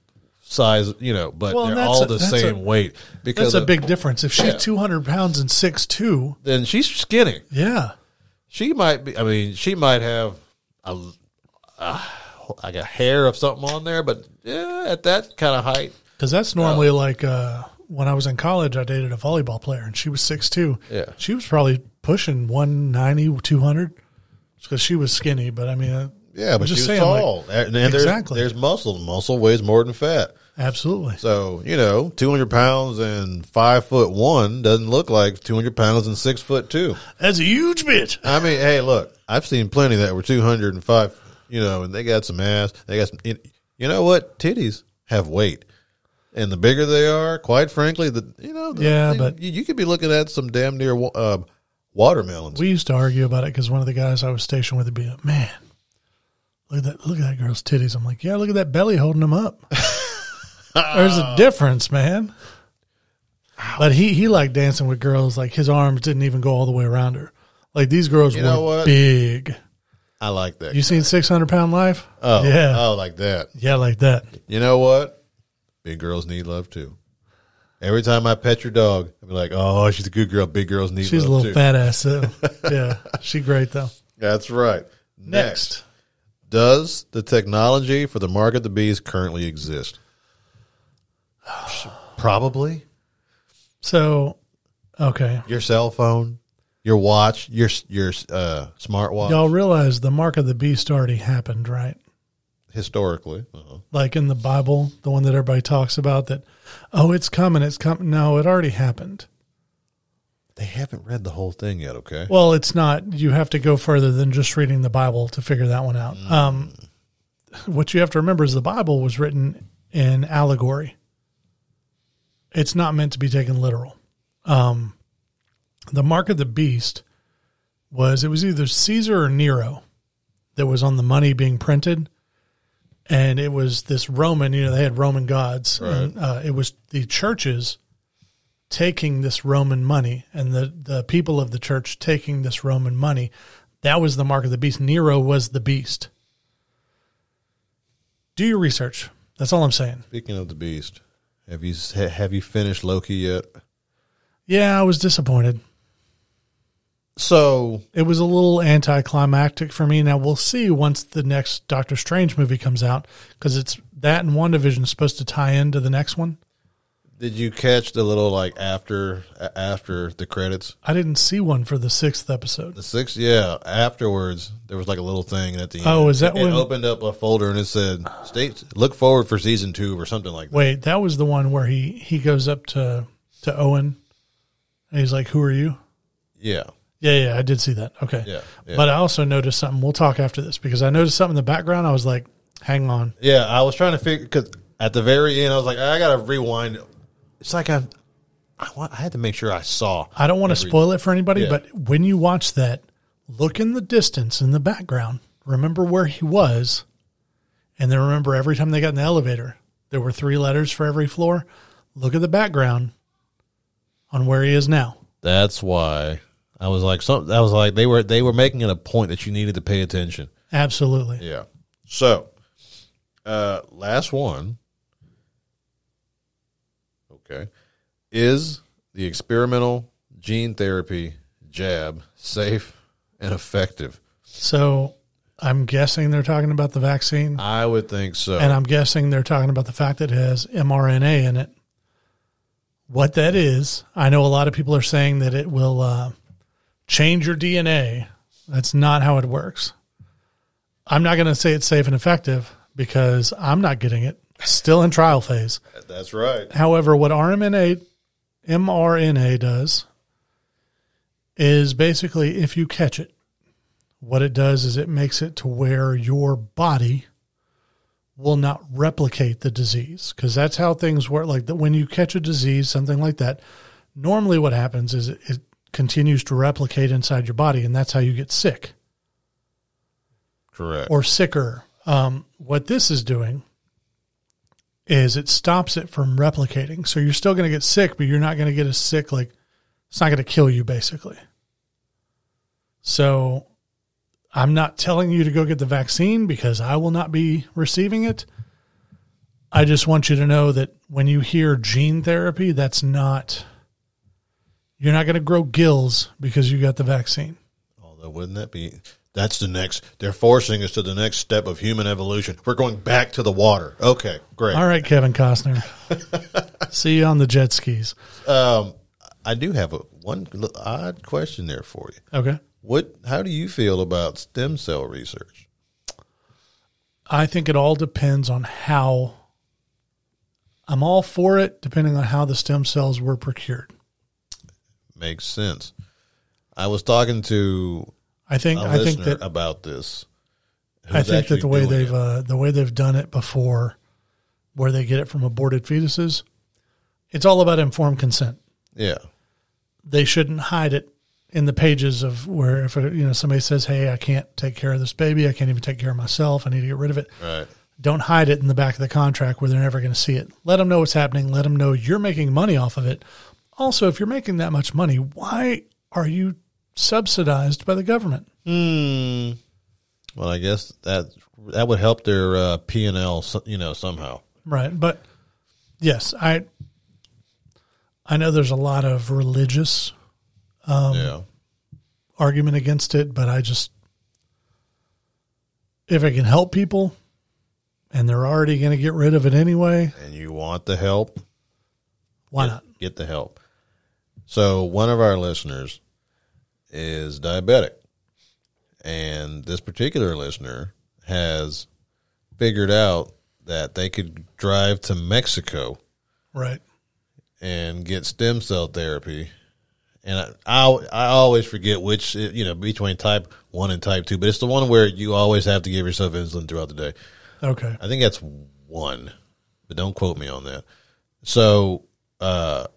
Speaker 2: size. You know, but
Speaker 1: Well, and
Speaker 2: they're
Speaker 1: that's
Speaker 2: all
Speaker 1: a-
Speaker 2: the
Speaker 1: that's a-
Speaker 2: same weight because
Speaker 1: That's a
Speaker 2: of-
Speaker 1: big difference. If she's 200 pounds and 6'2,
Speaker 2: Then she's skinny.
Speaker 1: yeah.
Speaker 2: she might be. I mean, she might have a, a like a hair of something on there, but yeah, at that kind of height,
Speaker 1: Because that's normally like uh, when I was in college, I dated a volleyball player and she was 6'2.
Speaker 2: Yeah.
Speaker 1: She was probably pushing 190, 200 because she was skinny. But I mean, uh,
Speaker 2: yeah, but
Speaker 1: just
Speaker 2: she's
Speaker 1: saying, like-
Speaker 2: tall. and and
Speaker 1: Exactly.
Speaker 2: there's, there's muscle. Muscle weighs more than fat.
Speaker 1: absolutely.
Speaker 2: So you know, two hundred pounds and five foot one doesn't look like two hundred pounds and six foot two.
Speaker 1: That's a huge bit.
Speaker 2: I mean, hey, look, I've seen plenty that were two hundred and five. You know, and they got some ass. They got some. You you know what? Titties have weight, and the bigger they are, quite frankly, the you know, the-
Speaker 1: Yeah,
Speaker 2: you-
Speaker 1: but-
Speaker 2: you, you could be looking at some damn near wa- uh, watermelons.
Speaker 1: We used to argue about it because one of the guys I was stationed with would be like, man, look at that, look at that girl's titties. I'm like, yeah, look at that belly holding them up. There's a difference, man. But he, he liked dancing with girls. Like his arms didn't even go all the way around her. Like these girls were
Speaker 2: know what?
Speaker 1: big.
Speaker 2: I like that.
Speaker 1: You seen Six Hundred Pound Life?
Speaker 2: oh,
Speaker 1: yeah,
Speaker 2: oh, like that.
Speaker 1: yeah, like that.
Speaker 2: You know what? Big girls need love too. Every time I pet your dog, i be like, "Oh, she's a good girl. Big girls need
Speaker 1: She's a
Speaker 2: love
Speaker 1: little
Speaker 2: too."
Speaker 1: fat ass though. yeah, she great though.
Speaker 2: That's right. Next. Does the technology for the market the bees currently exist? Probably.
Speaker 1: so okay,
Speaker 2: Your cell phone, your watch, your your uh, smartwatch.
Speaker 1: y'all realize the mark of the beast already happened, right?
Speaker 2: historically. Uh-huh.
Speaker 1: like in the Bible, the one that everybody talks about that, oh, it's coming, it's coming. No, it already happened.
Speaker 2: They haven't read the whole thing yet, okay?
Speaker 1: Well, it's not. You have to go further than just reading the Bible to figure that one out. Um, what you have to remember is the Bible was written in allegory. It's not meant to be taken literal. Um, the mark of the beast was it was either Caesar or Nero that was on the money being printed, and it was this Roman. You know, they had Roman gods, and uh, it was the churches taking this Roman money and the, the people of the church taking this Roman money. That was the mark of the beast. Nero was the beast. Do your research. That's all I'm saying.
Speaker 2: Speaking of the beast, have you ha- have you finished Loki yet?
Speaker 1: Yeah, I was disappointed.
Speaker 2: So
Speaker 1: It was a little anticlimactic for me. Now we'll see once the next Doctor Strange movie comes out because it's that and WandaVision is supposed to tie into the next one.
Speaker 2: Did you catch the little like after a- after the credits?
Speaker 1: I didn't see one for the sixth episode.
Speaker 2: The six, yeah. Afterwards, there was like a little thing at the
Speaker 1: Oh,
Speaker 2: end.
Speaker 1: is that
Speaker 2: it
Speaker 1: when-
Speaker 2: opened up a folder and it said "State look forward for season two or something like that.
Speaker 1: Wait, that was the one where he he goes up to to Owen and he's like, "Who are you?"
Speaker 2: Yeah,
Speaker 1: Yeah, yeah, I did see that. Okay.
Speaker 2: Yeah, yeah.
Speaker 1: But I also noticed something. We'll talk after this because I noticed something in the background. I was like, hang on.
Speaker 2: yeah. I was trying to figure because at the very end, I was like, I gotta rewind. It's like I, I, want, I had to make sure I saw.
Speaker 1: I don't want to spoil it for anybody,
Speaker 2: Yeah.
Speaker 1: but when you watch that, look in the distance in the background. Remember where he was. And then remember every time they got in the elevator, there were three letters for every floor. Look at the background on where he is now.
Speaker 2: That's why I was like, some. I was like, they were they were making it a point that you needed to pay attention.
Speaker 1: Absolutely.
Speaker 2: Yeah. So, uh, last one. Okay. Is the experimental gene therapy jab safe and effective?
Speaker 1: So I'm guessing they're talking about the vaccine.
Speaker 2: I would think so.
Speaker 1: And I'm guessing they're talking about the fact that it has mRNA in it. What that is, I know a lot of people are saying that it will uh, change your DNA. That's not how it works. I'm not going to say it's safe and effective because I'm not getting it. Still in trial phase.
Speaker 2: That's right.
Speaker 1: However, what RMNA, mRNA does is basically if you catch it, what it does is it makes it to where your body will not replicate the disease because that's how things work. Like that, when you catch a disease, something like that, normally what happens is it, it continues to replicate inside your body, and that's how you get sick
Speaker 2: Correct.
Speaker 1: or sicker. Um, what this is doing is it stops it from replicating. So you're still going to get sick, but you're not going to get as sick. Like it's not going to kill you, basically. So I'm not telling you to go get the vaccine because I will not be receiving it. I just want you to know that when you hear gene therapy, that's not, you're not going to grow gills because you got the vaccine.
Speaker 2: Although, wouldn't that be? That's the next. They're forcing us to the next step of human evolution. We're going back to the water. Okay, great.
Speaker 1: All right, Kevin Costner. See you on the jet skis.
Speaker 2: Um, I do have a one little odd question there for you.
Speaker 1: Okay.
Speaker 2: What? How do you feel about stem cell research?
Speaker 1: I think it all depends on how I'm all for it, depending on how the stem cells were procured.
Speaker 2: makes sense. I was talking to
Speaker 1: I think
Speaker 2: a
Speaker 1: I
Speaker 2: listener
Speaker 1: think that
Speaker 2: about this.
Speaker 1: I think
Speaker 2: who's
Speaker 1: that
Speaker 2: actually
Speaker 1: the way
Speaker 2: doing
Speaker 1: they've
Speaker 2: it.
Speaker 1: uh, the way they've done it before, where they get it from aborted fetuses, it's all about informed consent.
Speaker 2: yeah,
Speaker 1: They shouldn't hide it in the pages of where if uh, you know somebody says, "Hey, I can't take care of this baby. I can't even take care of myself. I need to get rid of it."
Speaker 2: right,
Speaker 1: Don't hide it in the back of the contract where they're never going to see it. Let them know what's happening. Let them know you're making money off of it. Also, if you're making that much money, why are you subsidized by the government?
Speaker 2: hmm. Well, I guess that that would help their uh, P and L, you know, somehow.
Speaker 1: Right. But yes, I I know there's a lot of religious Um,
Speaker 2: yeah,
Speaker 1: argument against it, but I just if it can help people and they're already going to get rid of it anyway,
Speaker 2: and you want the help,
Speaker 1: why
Speaker 2: get-
Speaker 1: not?
Speaker 2: get the help? So one of our listeners is diabetic, and this particular listener has figured out that they could drive to Mexico
Speaker 1: Right.
Speaker 2: and get stem cell therapy. And I, I, I always forget which, you know, between type 1 and type 2, but it's the one where you always have to give yourself insulin throughout the day.
Speaker 1: Okay.
Speaker 2: I think that's one, but don't quote me on that. So, uh,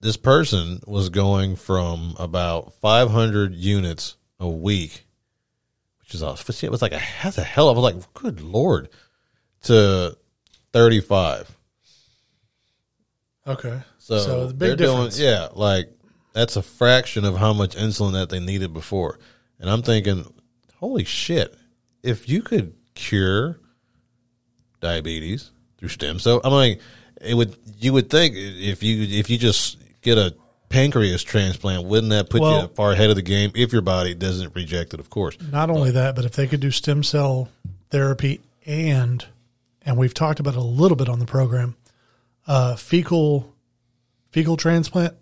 Speaker 2: this person was going from about 500 units a week, which is awesome. It was like a that's a hell of. I was like, good lord, to 35.
Speaker 1: Okay.
Speaker 2: So,
Speaker 1: so the
Speaker 2: they're
Speaker 1: big
Speaker 2: doing-
Speaker 1: difference.
Speaker 2: yeah, like that's a fraction of how much insulin that they needed before. And I'm thinking, holy shit, if you could cure diabetes through stem cell, I mean, it would you would think if you if you just get a pancreas transplant, wouldn't that put
Speaker 1: Well-
Speaker 2: you far ahead of the game if your body doesn't reject it, of course.
Speaker 1: Not only that, but if they could do stem cell therapy and, and we've talked about it a little bit on the program, uh, fecal, fecal transplant.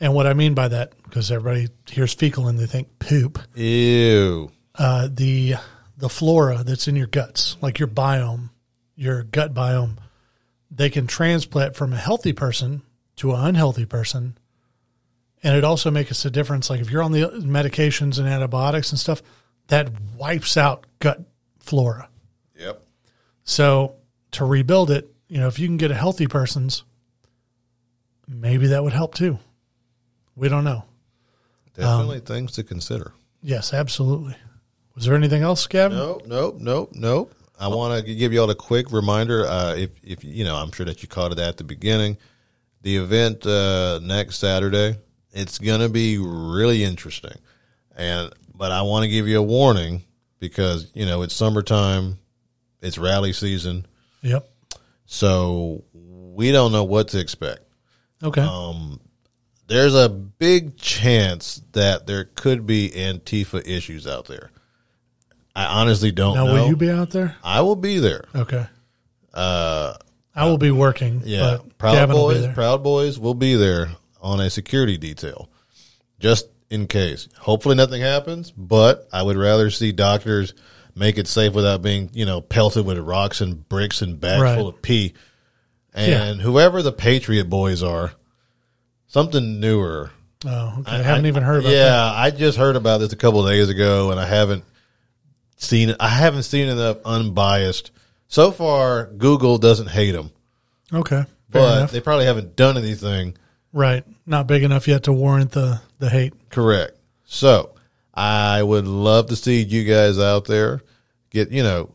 Speaker 1: And what I mean by that, because everybody hears fecal and they think poop,
Speaker 2: Ew.
Speaker 1: uh, the the flora that's in your guts, like your biome, your gut biome, they can transplant from a healthy person to an unhealthy person, and it also makes a difference. Like if you're on the medications and antibiotics and stuff, that wipes out gut flora.
Speaker 2: Yep.
Speaker 1: So to rebuild it, you know, if you can get a healthy person's, maybe that would help too. We don't know.
Speaker 2: Definitely things to consider.
Speaker 1: Yes, absolutely. Was there anything else, Gavin?
Speaker 2: Nope, nope, nope, nope. I want to give you all a quick reminder. Uh, if if you know, I'm sure that you caught it at the beginning. The event uh, next Saturday, it's going to be really interesting, and but I want to give you a warning because you know it's summertime, it's rally season,
Speaker 1: Yep.
Speaker 2: so we don't know what to expect
Speaker 1: Okay.
Speaker 2: there's a big chance that there could be Antifa issues out there. I honestly don't
Speaker 1: now,
Speaker 2: know.
Speaker 1: will you be out there?
Speaker 2: I will be there.
Speaker 1: Okay. Uh, I will be working.
Speaker 2: Yeah,
Speaker 1: but
Speaker 2: Proud
Speaker 1: Gavin will be
Speaker 2: Boys.
Speaker 1: there.
Speaker 2: Proud Boys will be there on a security detail, just in case. Hopefully, nothing happens. But I would rather see doctors make it safe without being, you know, pelted with rocks and bricks and bags
Speaker 1: Right.
Speaker 2: full of pee. And whoever the Patriot Boys are, something newer.
Speaker 1: oh, okay. I, haven't even heard about
Speaker 2: yeah,
Speaker 1: that.
Speaker 2: I just heard about this a couple of days ago, and I haven't seen it. I haven't seen enough unbiased. So far, Google doesn't hate them,
Speaker 1: Okay. Fair
Speaker 2: but
Speaker 1: enough.
Speaker 2: they probably haven't done anything
Speaker 1: right. Not big enough yet to warrant the, the hate.
Speaker 2: correct. So I would love to see you guys out there get you know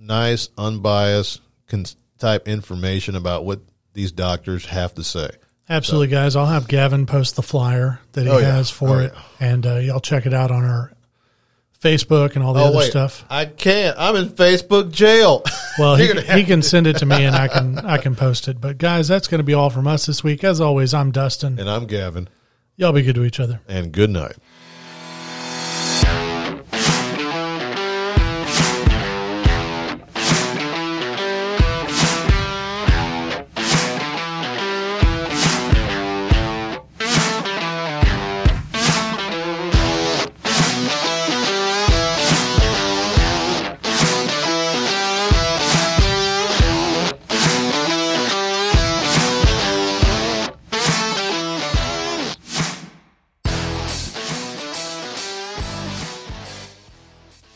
Speaker 2: nice, unbiased cons- type information about what these doctors have to say.
Speaker 1: Absolutely, guys. I'll have Gavin post the flyer that he
Speaker 2: Oh, yeah.
Speaker 1: has for
Speaker 2: Oh,
Speaker 1: it, and uh, y'all check it out on our Facebook and all
Speaker 2: Oh,
Speaker 1: the other stuff.
Speaker 2: I can't. I'm in Facebook jail.
Speaker 1: Well, he,
Speaker 2: You're gonna
Speaker 1: he can send it to me, and I can I can post it. But guys, that's going to be all from us this week. As always, I'm Dustin.
Speaker 2: and I'm Gavin.
Speaker 1: Y'all be good to each other.
Speaker 2: And good night.